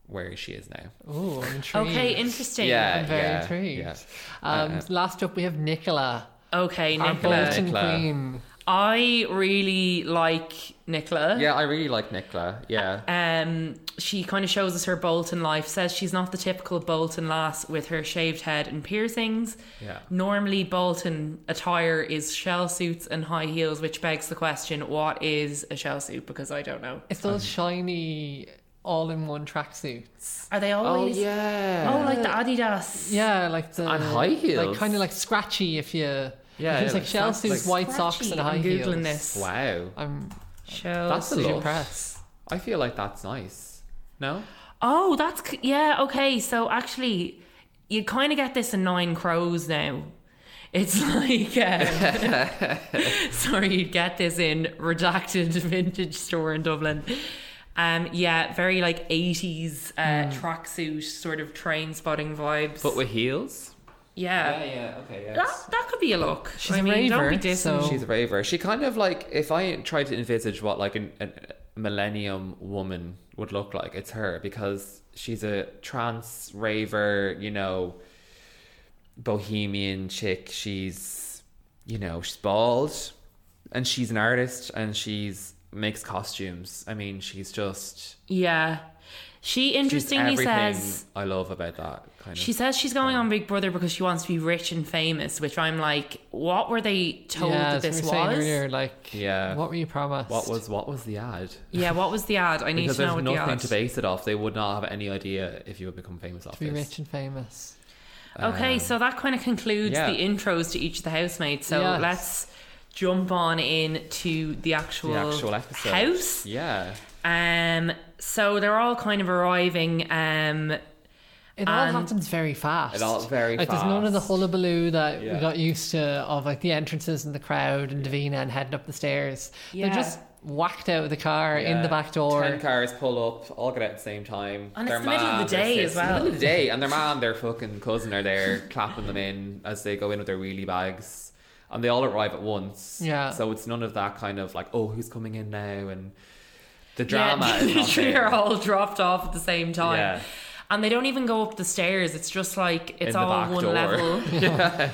Speaker 1: where she is now.
Speaker 3: Ooh, I'm intrigued.
Speaker 2: okay. Interesting.
Speaker 1: Yeah,
Speaker 3: I'm very
Speaker 1: yeah,
Speaker 3: intrigued.
Speaker 1: yeah. Uh,
Speaker 3: Um, last up, we have Nicola,
Speaker 2: Okay,
Speaker 3: our
Speaker 2: Nicola.
Speaker 3: Bolton
Speaker 1: Nicola.
Speaker 3: queen.
Speaker 2: I really like Nicola.
Speaker 1: Yeah, I really like Nicola. Yeah.
Speaker 2: Um, she kind of shows us her Bolton life. Says she's not the typical Bolton lass with her shaved head and piercings.
Speaker 1: Yeah.
Speaker 2: uh, Normally, Bolton attire is shell suits and high heels, which begs the question: What is a shell suit? Because I don't know.
Speaker 3: It's
Speaker 1: Um,
Speaker 3: those shiny, all-in-one tracksuits.
Speaker 2: Are they always?
Speaker 1: Oh, yeah.
Speaker 2: Oh, like the Adidas.
Speaker 3: Yeah, like the
Speaker 1: And high heels.
Speaker 3: like kind of like scratchy. If you yeah,
Speaker 1: Yeah,
Speaker 3: it's
Speaker 1: yeah,
Speaker 3: like shell
Speaker 1: like
Speaker 3: suits,
Speaker 1: scratchy.
Speaker 3: white socks, and
Speaker 2: Scratchy.
Speaker 3: high
Speaker 2: I'm
Speaker 3: heels.
Speaker 2: googling this.
Speaker 1: Wow.
Speaker 3: I'm
Speaker 2: Shell
Speaker 1: That's a
Speaker 2: suit.
Speaker 1: lot.
Speaker 3: impressed.
Speaker 1: I feel like that's nice. No?
Speaker 2: Oh, that's c- yeah. Okay, so actually, you kind of get this in Nine Crows now. It's like, uh, sorry, you'd get this in redacted vintage store in Dublin. Um, yeah, very like 80s uh,
Speaker 3: Hmm.
Speaker 2: tracksuit sort of train spotting vibes.
Speaker 1: But with heels?
Speaker 2: yeah.
Speaker 1: yeah, okay,
Speaker 2: That, that could be a look.
Speaker 3: She's
Speaker 2: I
Speaker 3: a
Speaker 2: mean, don't be
Speaker 3: raver,
Speaker 2: dissing.
Speaker 3: so-
Speaker 1: She's a raver. She kind of like if I tried to envisage what like an, an, a millennium woman would look like, it's her because she's a trance raver, you know, bohemian chick. She's you know she's bald, and she's an artist, and she's makes costumes. I mean, she's just
Speaker 2: Yeah. She
Speaker 1: she's
Speaker 2: interestingly
Speaker 1: everything
Speaker 2: says
Speaker 1: I love about that kind of.
Speaker 2: she says she's going on Big Brother because she wants to be rich and famous, which I'm like, what were they told
Speaker 3: yeah,
Speaker 2: that
Speaker 3: as we
Speaker 2: this
Speaker 3: were saying
Speaker 2: was?
Speaker 3: earlier, like,
Speaker 1: Yeah.
Speaker 3: what were you promised?
Speaker 1: what was what was the ad?
Speaker 2: Yeah, what was the ad? I need
Speaker 1: Because
Speaker 2: to know
Speaker 1: there's
Speaker 2: what the
Speaker 1: nothing
Speaker 2: ad.
Speaker 1: to base it off. They would not have any idea if you would become famous off
Speaker 3: to be
Speaker 1: this.
Speaker 3: rich and famous?
Speaker 2: Okay, so that kind of concludes
Speaker 1: yeah.
Speaker 2: the intros to each of the housemates. So
Speaker 3: Yes.
Speaker 2: let's jump on in to the actual,
Speaker 1: the actual episode.
Speaker 2: house.
Speaker 1: Yeah.
Speaker 2: Um, so they're all kind of arriving. Um,
Speaker 3: It all
Speaker 2: And-
Speaker 3: happens very fast.
Speaker 1: It all very
Speaker 3: like there's none of the
Speaker 1: fast.
Speaker 3: hullabaloo that
Speaker 1: Yeah.
Speaker 3: we got used to of like the entrances and the crowd and Davina and heading up the stairs.
Speaker 2: Yeah.
Speaker 3: They're just whacked out of the car in
Speaker 1: Yeah.
Speaker 3: the back
Speaker 1: Ten
Speaker 3: door.
Speaker 1: cars pull up, all get out at the same time.
Speaker 2: And it's the middle of the
Speaker 1: their
Speaker 2: day
Speaker 1: sis-
Speaker 2: as well.
Speaker 1: Middle of the day, and their mom, their fucking cousin, are there clapping them in as they go in with their wheelie bags, and they all arrive at once.
Speaker 3: Yeah.
Speaker 1: So it's none of that kind of like, oh, who's coming in now, and the drama.
Speaker 2: Yeah,
Speaker 1: is
Speaker 2: the
Speaker 1: not
Speaker 2: three
Speaker 1: there.
Speaker 2: are all dropped off at the same time.
Speaker 1: Yeah.
Speaker 2: And they don't even go up the stairs. It's just like it's
Speaker 1: In the
Speaker 2: all
Speaker 1: back
Speaker 2: one
Speaker 1: door.
Speaker 2: level.
Speaker 1: yeah.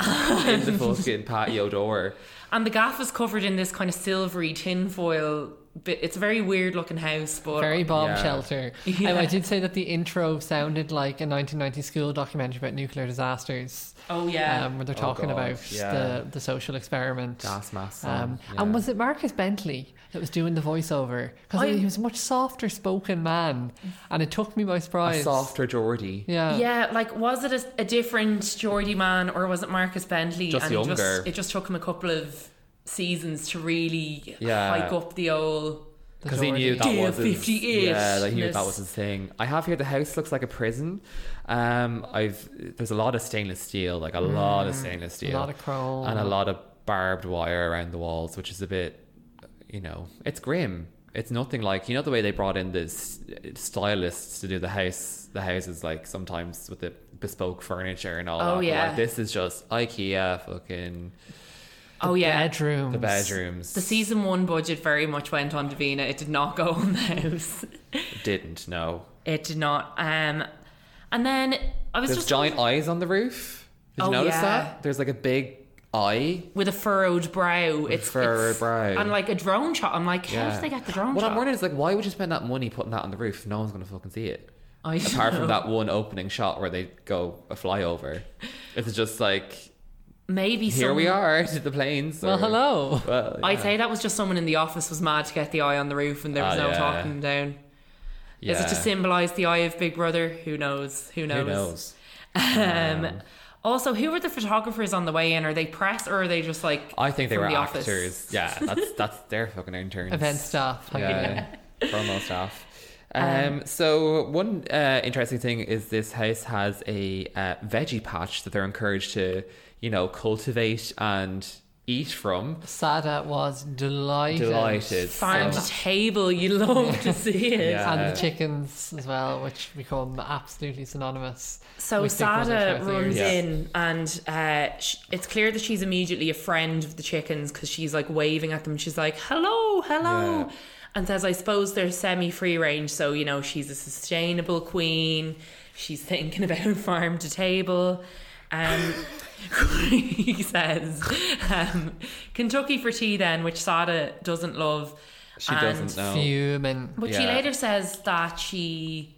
Speaker 1: in the fucking patio door.
Speaker 2: And the gaff is covered in this kind of silvery tinfoil bit. It's a very weird looking house, but
Speaker 3: Very bomb
Speaker 1: uh, Yeah.
Speaker 3: shelter.
Speaker 2: Yeah.
Speaker 3: Um, I did say that the intro sounded like a 1990 school documentary about nuclear disasters,
Speaker 2: oh yeah.
Speaker 3: um, where they're
Speaker 1: Oh,
Speaker 3: talking
Speaker 1: God.
Speaker 3: about
Speaker 1: Yeah.
Speaker 3: the, the social experiment.
Speaker 1: Gas mask.
Speaker 3: Um,
Speaker 1: yeah.
Speaker 3: And was it Marcus Bentley that was doing the voiceover? Because
Speaker 2: I-
Speaker 3: he was a much softer spoken man, and it took me by surprise.
Speaker 1: a softer Geordie?
Speaker 3: yeah,
Speaker 2: yeah, like was it a, a different Geordie man or was it Marcus Bentley?
Speaker 1: Just
Speaker 2: and it
Speaker 1: younger.
Speaker 2: just, it just took him a couple of seasons to really
Speaker 1: Yeah.
Speaker 2: hike up the old.
Speaker 3: the
Speaker 1: Because he knew
Speaker 3: Geordie.
Speaker 1: that
Speaker 2: Dear
Speaker 1: was his,
Speaker 2: 58.
Speaker 1: yeah, like he knew that
Speaker 2: Yes.
Speaker 1: was his thing. I have here the house looks like a prison. Um, I've there's a lot of stainless steel, like a lot of stainless steel,
Speaker 3: a lot of chrome.
Speaker 1: and a lot of barbed wire around the walls, which is a bit, you know, it's grim. It's nothing like you know the way they brought in the s- stylists to do the house, the houses like sometimes with the bespoke furniture and all.
Speaker 2: Oh,
Speaker 1: that. but,
Speaker 2: yeah.
Speaker 1: like, this is just IKEA, fucking
Speaker 2: oh yeah.
Speaker 3: bedrooms.
Speaker 1: the bedrooms.
Speaker 2: The season one budget very much went on Davina. It did not go on the house.
Speaker 1: didn't no.
Speaker 2: It did not. Um, and then I was
Speaker 1: There's
Speaker 2: just
Speaker 1: giant eyes on the roof. Did you
Speaker 2: Oh,
Speaker 1: notice
Speaker 2: yeah.
Speaker 1: that? There's like a big eye.
Speaker 2: with a furrowed brow. It's
Speaker 1: furrowed
Speaker 2: it's,
Speaker 1: brow.
Speaker 2: and like a drone shot. I'm like, how
Speaker 1: Yeah.
Speaker 2: did they get the drone
Speaker 1: What
Speaker 2: shot?
Speaker 1: I'm wondering is like, why would you spend that money putting that on the roof? if No one's gonna fucking see it.
Speaker 2: I don't
Speaker 1: Apart
Speaker 2: know.
Speaker 1: from that one opening shot where they go a flyover, it's just like
Speaker 2: maybe
Speaker 1: here
Speaker 2: some,
Speaker 1: we are to the planes.
Speaker 3: Well,
Speaker 1: or-
Speaker 3: hello.
Speaker 1: Well,
Speaker 2: I'd
Speaker 1: yeah.
Speaker 2: say that was just someone in the office was mad to get the eye on the roof, and there was
Speaker 1: Ah,
Speaker 2: no
Speaker 1: yeah.
Speaker 2: talking them down. Is it to
Speaker 1: Yeah.
Speaker 2: symbolise the eye of Big Brother? Who knows? Who knows?
Speaker 1: Who knows?
Speaker 2: Um, also, who were the photographers on the way in? Are they press or are they just like?
Speaker 1: I think they
Speaker 2: from
Speaker 1: were
Speaker 2: the
Speaker 1: actors.
Speaker 2: office?
Speaker 1: Yeah, that's that's their fucking interns.
Speaker 3: Event staff. I mean.
Speaker 1: yeah, promo stuff. Um, so one uh, interesting thing is this house has a uh, veggie patch that they're encouraged to, you know, cultivate and eat from.
Speaker 3: Sada was delighted.
Speaker 1: Delighted.
Speaker 2: Farm
Speaker 1: so-
Speaker 2: to table, you love to see it.
Speaker 1: Yeah.
Speaker 3: And the chickens as well, which become absolutely synonymous.
Speaker 2: So
Speaker 3: with Big Brother
Speaker 2: Sada
Speaker 3: throughout the
Speaker 2: runs
Speaker 1: Yeah.
Speaker 3: years.
Speaker 2: in, and uh, sh- it's clear that she's immediately a friend of the chickens because she's like waving at them. She's like, "Hello, hello,"
Speaker 1: Yeah.
Speaker 2: and says, "I suppose they're semi-free range, so you know she's a sustainable queen. She's thinking about farm to table." Um, he says, um, "Kentucky for tea, then," which Sada doesn't love.
Speaker 1: She
Speaker 2: and
Speaker 1: doesn't know.
Speaker 3: Fuming.
Speaker 2: but she
Speaker 1: Yeah.
Speaker 2: later says that she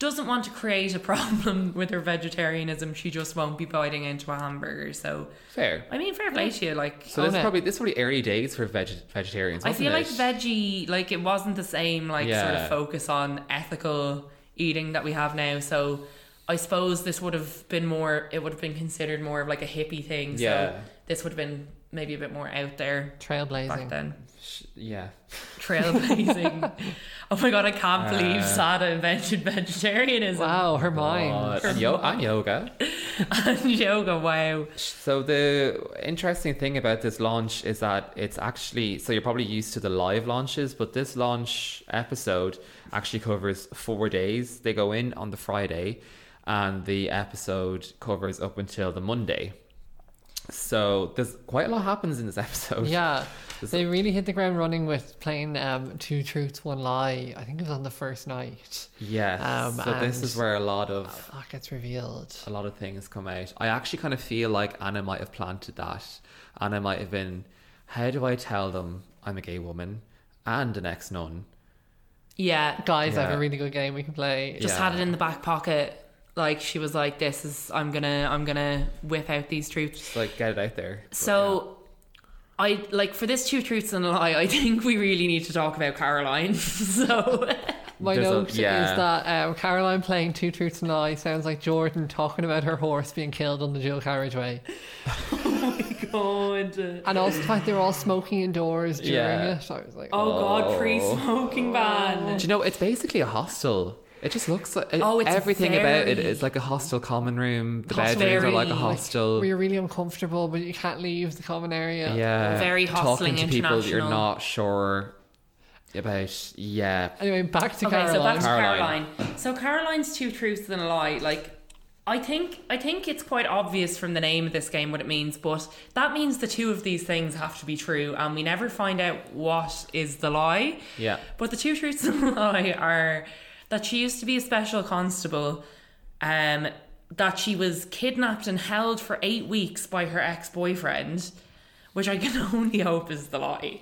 Speaker 2: doesn't want to create a problem with her vegetarianism. She just won't be biting into a hamburger. So,
Speaker 1: Fair.
Speaker 2: I mean, fair play to you. Like,
Speaker 1: So this
Speaker 3: Own
Speaker 1: is
Speaker 3: it.
Speaker 1: probably this is probably early days for veg- vegetarians.
Speaker 2: I feel like
Speaker 1: wasn't it?
Speaker 2: veggie, like, it wasn't the same, like, sort
Speaker 1: Yeah.
Speaker 2: of focus on ethical eating that we have now. So, I suppose this would have been more, it would have been considered more of like a hippie thing.
Speaker 1: Yeah.
Speaker 2: So, this would have been maybe a bit more out there back
Speaker 3: Trailblazing.
Speaker 2: then.
Speaker 1: Sh- yeah.
Speaker 2: trailblazing. oh my god, I can't believe
Speaker 1: Uh,
Speaker 2: Sada invented vegetarianism.
Speaker 3: Wow, her mind.
Speaker 1: God. And, yo- and yoga.
Speaker 2: and yoga. Wow.
Speaker 1: So the interesting thing about this launch is that it's actually so you're probably used to the live launches, but this launch episode actually covers four days. They go in on the Friday, and the episode covers up until the Monday. So there's quite a lot happens in this episode.
Speaker 3: Yeah, they really hit the ground running with playing um, Two Truths, One Lie. I think it was on the first night.
Speaker 1: Yeah.
Speaker 3: Um,
Speaker 1: so this
Speaker 3: and-
Speaker 1: is where a lot of
Speaker 3: That gets revealed.
Speaker 1: a lot of things come out. I actually kind of feel like Anna might have planted that. Anna might have been, how do I tell them I'm a gay woman and an ex nun?
Speaker 2: Yeah.
Speaker 3: Guys, I have
Speaker 1: Yeah.
Speaker 3: a really good game we can play.
Speaker 2: Just
Speaker 1: Yeah.
Speaker 2: had it in the back pocket. Like she was like, "This is I'm gonna I'm gonna whip out these truths."
Speaker 1: Just like get it out there. But,
Speaker 2: So. I like for this two truths and a lie. I think we really need to talk about Caroline. so
Speaker 3: My
Speaker 1: There's a-
Speaker 3: note
Speaker 1: yeah.
Speaker 3: is that um, Caroline playing Two Truths and a Lie sounds like Jordan talking about her horse being killed on the dual carriageway.
Speaker 2: God.
Speaker 3: And also the fact they were all smoking indoors during
Speaker 1: Yeah.
Speaker 3: it. I was like,
Speaker 2: Oh,
Speaker 1: Oh.
Speaker 2: God, pre smoking
Speaker 1: yeah.
Speaker 2: ban.
Speaker 1: Do you know it's basically a hostel? It just looks like
Speaker 2: Oh, it's
Speaker 1: everything about it
Speaker 2: very-
Speaker 1: is like a hostel common room. The
Speaker 2: Hostel-
Speaker 1: bedrooms are like a
Speaker 2: very, like,
Speaker 1: hostel.
Speaker 3: we're really uncomfortable, but you can't leave the common area.
Speaker 1: yeah,
Speaker 2: Very
Speaker 1: talking
Speaker 2: hostling
Speaker 1: to people that you're
Speaker 2: international.
Speaker 1: not sure about. Yeah,
Speaker 3: Anyway, back to
Speaker 2: Okay,
Speaker 3: Caroline.
Speaker 2: so back to
Speaker 1: Caroline.
Speaker 2: Caroline. So Caroline's two truths and a lie. Like, I think I think it's quite obvious from the name of this game what it means, but that means the two of these things have to be true, and we never find out what is the lie.
Speaker 1: yeah.
Speaker 2: But the two truths and a lie are that she used to be a special constable, um, that she was kidnapped and held for eight weeks by her ex boyfriend, which I can only hope is the lie.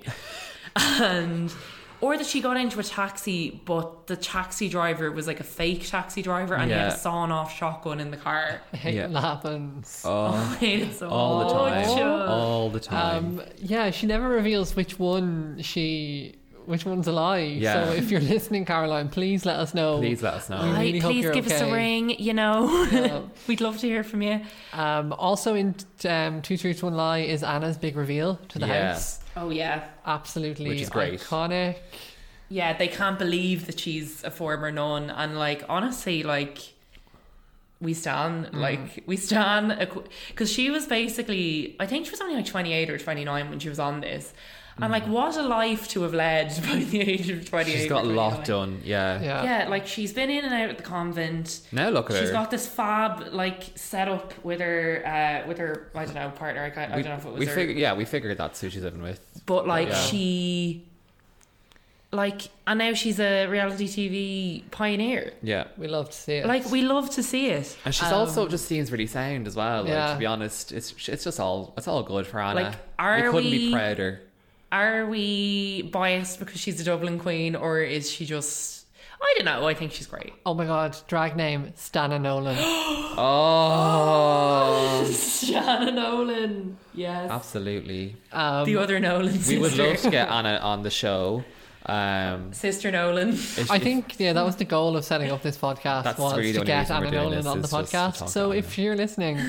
Speaker 2: and or that she got into a taxi, but the taxi driver was like a fake taxi driver and he had
Speaker 1: Yeah.
Speaker 2: a sawn off shotgun in the car.
Speaker 3: I hate
Speaker 1: Yeah.
Speaker 3: when that happens.
Speaker 1: Oh,
Speaker 2: I hate it so
Speaker 1: all the time,
Speaker 2: much.
Speaker 1: all the time.
Speaker 3: Um, yeah, she never reveals which one she, which one's a lie.
Speaker 1: Yeah.
Speaker 3: So if you're listening, Caroline, please let us know.
Speaker 1: Please let us know.
Speaker 3: I
Speaker 2: Like,
Speaker 3: really hope
Speaker 2: please
Speaker 3: you're
Speaker 2: give us a
Speaker 3: okay.
Speaker 2: ring, you know.
Speaker 3: Yeah.
Speaker 2: We'd love to hear from you.
Speaker 3: Um, also in um, Two Truths One Lie is Anna's big reveal to the
Speaker 1: Yeah.
Speaker 3: house.
Speaker 2: Oh yeah.
Speaker 3: Absolutely
Speaker 1: Which is great.
Speaker 3: iconic.
Speaker 2: Yeah, they can't believe that she's a former nun, and like honestly, like we stand,
Speaker 1: Mm-hmm.
Speaker 2: like we stand, because she was basically, I think she was only like twenty eight or twenty nine when she was on this, and like what a life to have led by the age of twenty eight.
Speaker 1: Mm-hmm. She's got a lot done. Yeah.
Speaker 3: Yeah.
Speaker 2: Yeah, like she's been in and out of the convent.
Speaker 1: Now look at
Speaker 2: She's
Speaker 1: her.
Speaker 2: got this fab like setup with her, uh, with her. I don't know partner. I, can't, I
Speaker 1: we,
Speaker 2: don't know if it was
Speaker 1: we
Speaker 2: her
Speaker 1: figured. Yeah, we figured that's who she's living with.
Speaker 2: but like
Speaker 1: Yeah.
Speaker 2: she like and now she's a reality tv pioneer
Speaker 1: Yeah.
Speaker 3: We love to see it.
Speaker 2: like we love to see it
Speaker 1: And she's
Speaker 3: Um,
Speaker 1: also just seems really sound as well. Like,
Speaker 3: yeah.
Speaker 1: To be honest, it's it's just all it's all good for Anna.
Speaker 2: Like, are
Speaker 1: we couldn't be
Speaker 2: we-
Speaker 1: prouder.
Speaker 2: are we biased because she's a dublin queen or is she just i don't know i think she's great
Speaker 3: oh my god, drag name Stana Nolan.
Speaker 1: Oh,
Speaker 2: shannon nolan yes
Speaker 1: absolutely.
Speaker 3: Um,
Speaker 2: the other nolan sister
Speaker 1: We would love to get Anna on the show. Um,
Speaker 2: sister nolan
Speaker 1: if-
Speaker 3: I
Speaker 1: if-
Speaker 3: think yeah, that was the goal of setting up this podcast
Speaker 1: That's
Speaker 3: was
Speaker 1: really the
Speaker 3: to
Speaker 1: only
Speaker 3: get
Speaker 1: reason we're
Speaker 3: Anna
Speaker 1: doing
Speaker 3: Nolan
Speaker 1: this
Speaker 3: on the
Speaker 1: is just to
Speaker 3: podcast.
Speaker 1: talk
Speaker 3: So
Speaker 1: to
Speaker 3: if you're listening,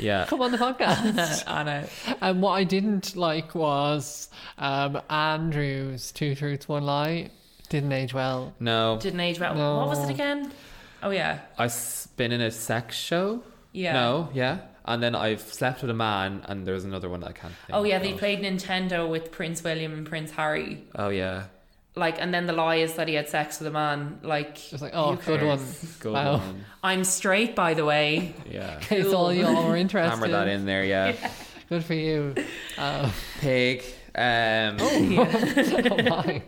Speaker 1: yeah.
Speaker 3: come on the podcast.
Speaker 2: anna
Speaker 3: And what I didn't like was um, Andrew's Two Truths One Lie didn't age well.
Speaker 1: No,
Speaker 2: didn't age well
Speaker 3: No.
Speaker 2: what was it again oh yeah
Speaker 1: I've been in a sex show.
Speaker 2: yeah
Speaker 1: No, yeah. And then I've slept with a man, and there's another one that I can't. Think
Speaker 2: oh yeah
Speaker 1: of.
Speaker 2: they played nintendo with prince william and prince harry
Speaker 1: Oh yeah.
Speaker 2: like and then the lie is that he had sex with a man like
Speaker 3: Just like oh,
Speaker 2: who
Speaker 3: good
Speaker 2: cares?
Speaker 3: one.
Speaker 1: Good
Speaker 3: Wow.
Speaker 1: one.
Speaker 2: i'm straight by the way
Speaker 1: Yeah.
Speaker 3: Okay, so all y'all were interested.
Speaker 1: Hammer that in there, yeah.
Speaker 3: Good for you. Um,
Speaker 1: Pig. Um,
Speaker 3: oh my.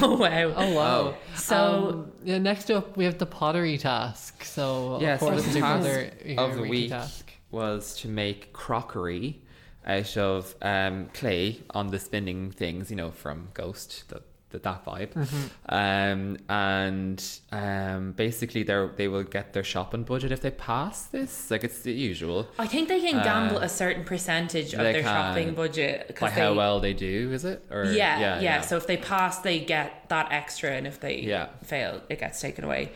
Speaker 2: oh wow
Speaker 3: Oh wow.
Speaker 1: Oh.
Speaker 2: so
Speaker 3: Um, yeah, next up we have the pottery task. So
Speaker 1: Yeah,
Speaker 3: of
Speaker 1: so
Speaker 3: course
Speaker 1: the
Speaker 3: we do
Speaker 1: task
Speaker 3: another
Speaker 1: of the
Speaker 3: weekly
Speaker 1: week
Speaker 3: task.
Speaker 1: was to make crockery out of um, clay on the spinning things, you know, from Ghost, the, the, that vibe.
Speaker 3: Mm-hmm.
Speaker 1: Um, and um, basically, they they will get their shopping budget if they pass this. Like, it's the usual.
Speaker 2: i think they can gamble
Speaker 1: uh,
Speaker 2: a certain percentage of
Speaker 1: they
Speaker 2: their
Speaker 1: can,
Speaker 2: shopping budget
Speaker 1: By
Speaker 2: because
Speaker 1: how well they do, is it? Or
Speaker 2: yeah, yeah so if they pass they get that extra and if they
Speaker 1: Yeah.
Speaker 2: fail it gets taken away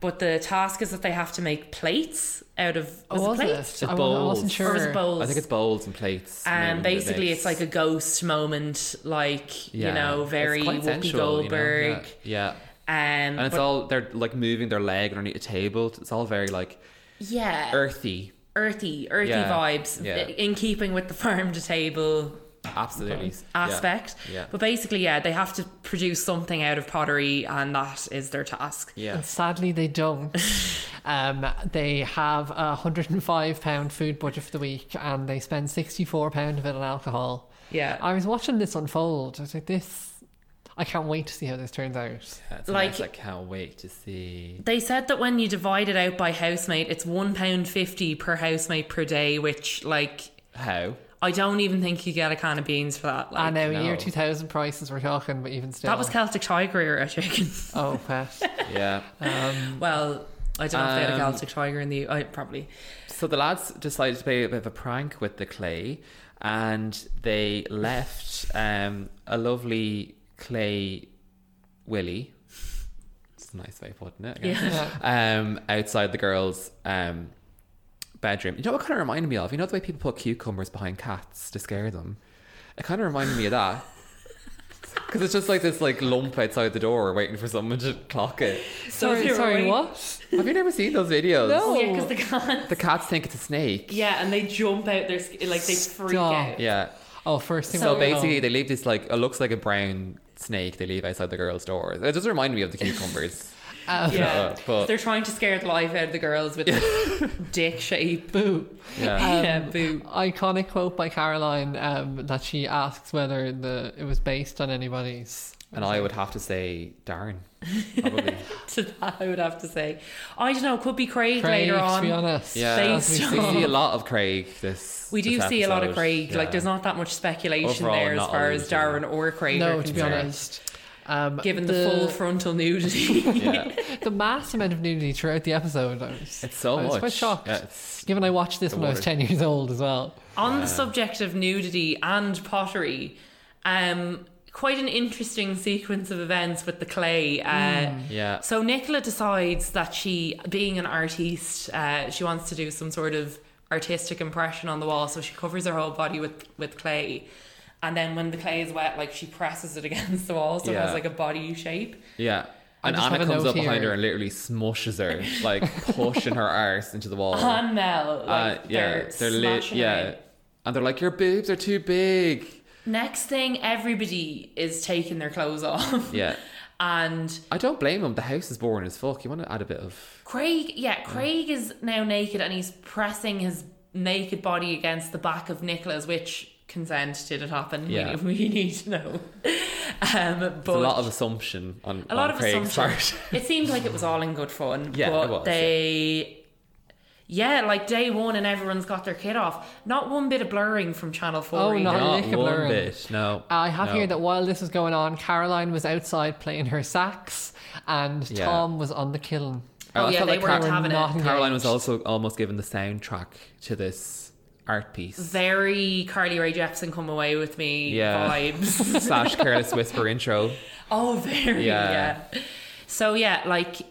Speaker 2: but the task is that they have to make plates out of was
Speaker 3: Oh,
Speaker 2: it plates
Speaker 3: was it? I wa- I wasn't
Speaker 1: bowls.
Speaker 3: sure.
Speaker 2: or was it bowls
Speaker 1: I think it's bowls and plates.
Speaker 2: um,
Speaker 1: maybe the
Speaker 2: basically,
Speaker 1: mix.
Speaker 2: it's like a ghost moment, like
Speaker 1: Yeah.
Speaker 2: you know,
Speaker 1: It's
Speaker 2: very
Speaker 1: quite
Speaker 2: Whoopi
Speaker 1: sensual, you know?
Speaker 2: Goldberg.
Speaker 1: Yeah. yeah.
Speaker 2: Um,
Speaker 1: And it's
Speaker 2: but-
Speaker 1: all, they're like moving their leg underneath a table. It's all very like
Speaker 2: yeah,
Speaker 1: earthy.
Speaker 2: earthy, earthy
Speaker 1: Yeah.
Speaker 2: vibes
Speaker 1: Yeah.
Speaker 2: in keeping with the farm to table
Speaker 1: Absolutely.
Speaker 2: aspect.
Speaker 1: Yeah.
Speaker 2: But basically, yeah, they have to produce something out of pottery, and that is their task.
Speaker 1: Yeah.
Speaker 3: And sadly, they don't. um, they have a hundred and five pound food budget for the week, and they spend sixty four pound of it on alcohol.
Speaker 2: Yeah.
Speaker 3: I was watching this unfold. I was like, this. I can't wait to see how this turns out.
Speaker 1: yeah.
Speaker 2: Like-
Speaker 1: Like, I can't wait to see.
Speaker 2: They said that when you divide it out by housemate, it's one pound fifty per housemate per day, which like
Speaker 1: How?
Speaker 2: I don't even think you get a can of beans for that. Like,
Speaker 3: I know,
Speaker 1: no.
Speaker 3: year two thousand prices we're talking, but even still,
Speaker 2: that was Celtic Tiger era chicken.
Speaker 3: oh, Pat.
Speaker 1: Yeah.
Speaker 2: well, I don't know if they had a
Speaker 1: Um,
Speaker 2: Celtic Tiger in the I probably.
Speaker 1: So the lads decided to play a bit of a prank with the clay, and they left um, a lovely clay willy. It's a nice way of putting it. I guess. Um, outside the girls' um, bedroom. You know what kind of reminded me of? You know the way people put cucumbers behind cats to scare them. It kind of reminded me of that. Because it's just like this like lump outside the door waiting for someone to clock it.
Speaker 3: sorry,
Speaker 2: you're
Speaker 3: sorry,
Speaker 2: right.
Speaker 3: what?
Speaker 1: Have you never seen those videos?
Speaker 3: No.
Speaker 2: Oh yeah, because the can.
Speaker 1: The cats think it's a snake.
Speaker 2: Yeah, and they jump out their skin, like they freak
Speaker 3: Stop.
Speaker 2: out.
Speaker 1: Yeah.
Speaker 3: Oh, first thing.
Speaker 1: So
Speaker 3: we're
Speaker 1: basically,
Speaker 3: on.
Speaker 1: they leave this like it looks like a brown snake. They leave outside the girls' door. It does remind me of the cucumbers.
Speaker 3: Um,
Speaker 2: Yeah,
Speaker 1: Yeah, Uh, but-
Speaker 2: they're trying to scare the life out of the girls with dick shape.
Speaker 3: boo.
Speaker 1: yeah,
Speaker 2: Yeah,
Speaker 3: Um,
Speaker 2: boo.
Speaker 3: Iconic quote by Caroline um, that she asks whether the it was based on anybody's.
Speaker 1: and I would have to say Darren. Probably.
Speaker 2: To that, I would have to say, I don't know. It could be Craig,
Speaker 3: Craig,
Speaker 2: later
Speaker 3: to be
Speaker 2: on.
Speaker 3: honest.
Speaker 1: Yeah, we
Speaker 2: Based
Speaker 1: see
Speaker 2: on-
Speaker 1: a lot of Craig. This
Speaker 2: We do
Speaker 1: this
Speaker 2: see a lot of
Speaker 1: episode.
Speaker 2: Craig. Like,
Speaker 1: Yeah.
Speaker 2: there's not that much speculation
Speaker 1: Overall,
Speaker 2: there as
Speaker 1: not
Speaker 2: far
Speaker 1: all
Speaker 2: as
Speaker 1: easy.
Speaker 2: Darren or Craig.
Speaker 3: No,
Speaker 2: are
Speaker 3: to be
Speaker 2: concerned,
Speaker 3: honest. Um,
Speaker 2: given the, full frontal nudity.
Speaker 1: Yeah.
Speaker 3: the mass amount of nudity throughout the episode. I was,
Speaker 1: It's so
Speaker 3: I was
Speaker 1: much.
Speaker 3: quite shocked.
Speaker 1: Yeah, it's-
Speaker 3: Given I watched this
Speaker 1: The
Speaker 3: when I was
Speaker 1: water.
Speaker 3: 10 years old as well.
Speaker 2: On the subject of nudity and pottery, um, quite an interesting sequence of events with the clay. Uh,
Speaker 3: Mm.
Speaker 1: yeah.
Speaker 2: So Nicola decides that she, being an artiste, uh, she wants to do some sort of artistic impression on the wall. So she covers her whole body with with clay, and then when the clay is wet, like she presses it against the wall, so it has
Speaker 1: Yeah.
Speaker 2: like a body shape.
Speaker 1: Yeah.
Speaker 3: I
Speaker 1: And
Speaker 3: just have
Speaker 1: Anna
Speaker 3: a
Speaker 1: comes
Speaker 3: note
Speaker 1: up behind
Speaker 3: here.
Speaker 1: her and literally smushes her, like pushing her arse into the wall.
Speaker 2: And Mel, Uh-huh. like,
Speaker 1: Uh, yeah,
Speaker 2: they're,
Speaker 1: li-
Speaker 2: smashing her
Speaker 1: yeah,
Speaker 2: in.
Speaker 1: and they're like, "Your boobs are too big."
Speaker 2: Next thing, everybody is taking their clothes off.
Speaker 1: Yeah,
Speaker 2: And
Speaker 1: I don't blame him. The house is boring as fuck. You want to add a bit of
Speaker 2: Craig, yeah, Craig is now naked and he's pressing his naked body against the back of Nicholas, which consent did it happen?
Speaker 1: Yeah.
Speaker 2: We, we need to know. um, but
Speaker 1: it's a lot of assumption on
Speaker 2: a lot
Speaker 1: on
Speaker 2: of
Speaker 1: Craig's
Speaker 2: assumption.
Speaker 1: part.
Speaker 2: it seemed like it was all in good fun.
Speaker 1: Yeah, it
Speaker 2: but
Speaker 1: was,
Speaker 2: they. Yeah, like day one, and everyone's got their kid off. Not one bit of blurring from Channel Four.
Speaker 3: Oh,
Speaker 2: either.
Speaker 3: not
Speaker 1: Not
Speaker 3: Nicola
Speaker 1: one
Speaker 3: Aaron.
Speaker 1: bit. No,
Speaker 3: I have
Speaker 1: no.
Speaker 3: here that while this was going on, Caroline was outside playing her sax and
Speaker 1: Yeah.
Speaker 3: Tom was on the kiln.
Speaker 2: Oh,
Speaker 1: I
Speaker 2: yeah,
Speaker 1: felt
Speaker 2: they
Speaker 1: like
Speaker 2: weren't
Speaker 1: Car-
Speaker 2: having
Speaker 3: not
Speaker 2: it.
Speaker 1: Caroline was also almost given the soundtrack to this art piece
Speaker 2: Very Carly Rae Jepsen come away with me
Speaker 1: Yeah.
Speaker 2: vibes.
Speaker 1: slash careless whisper intro.
Speaker 2: Oh, very yeah.
Speaker 1: Yeah.
Speaker 2: So yeah, like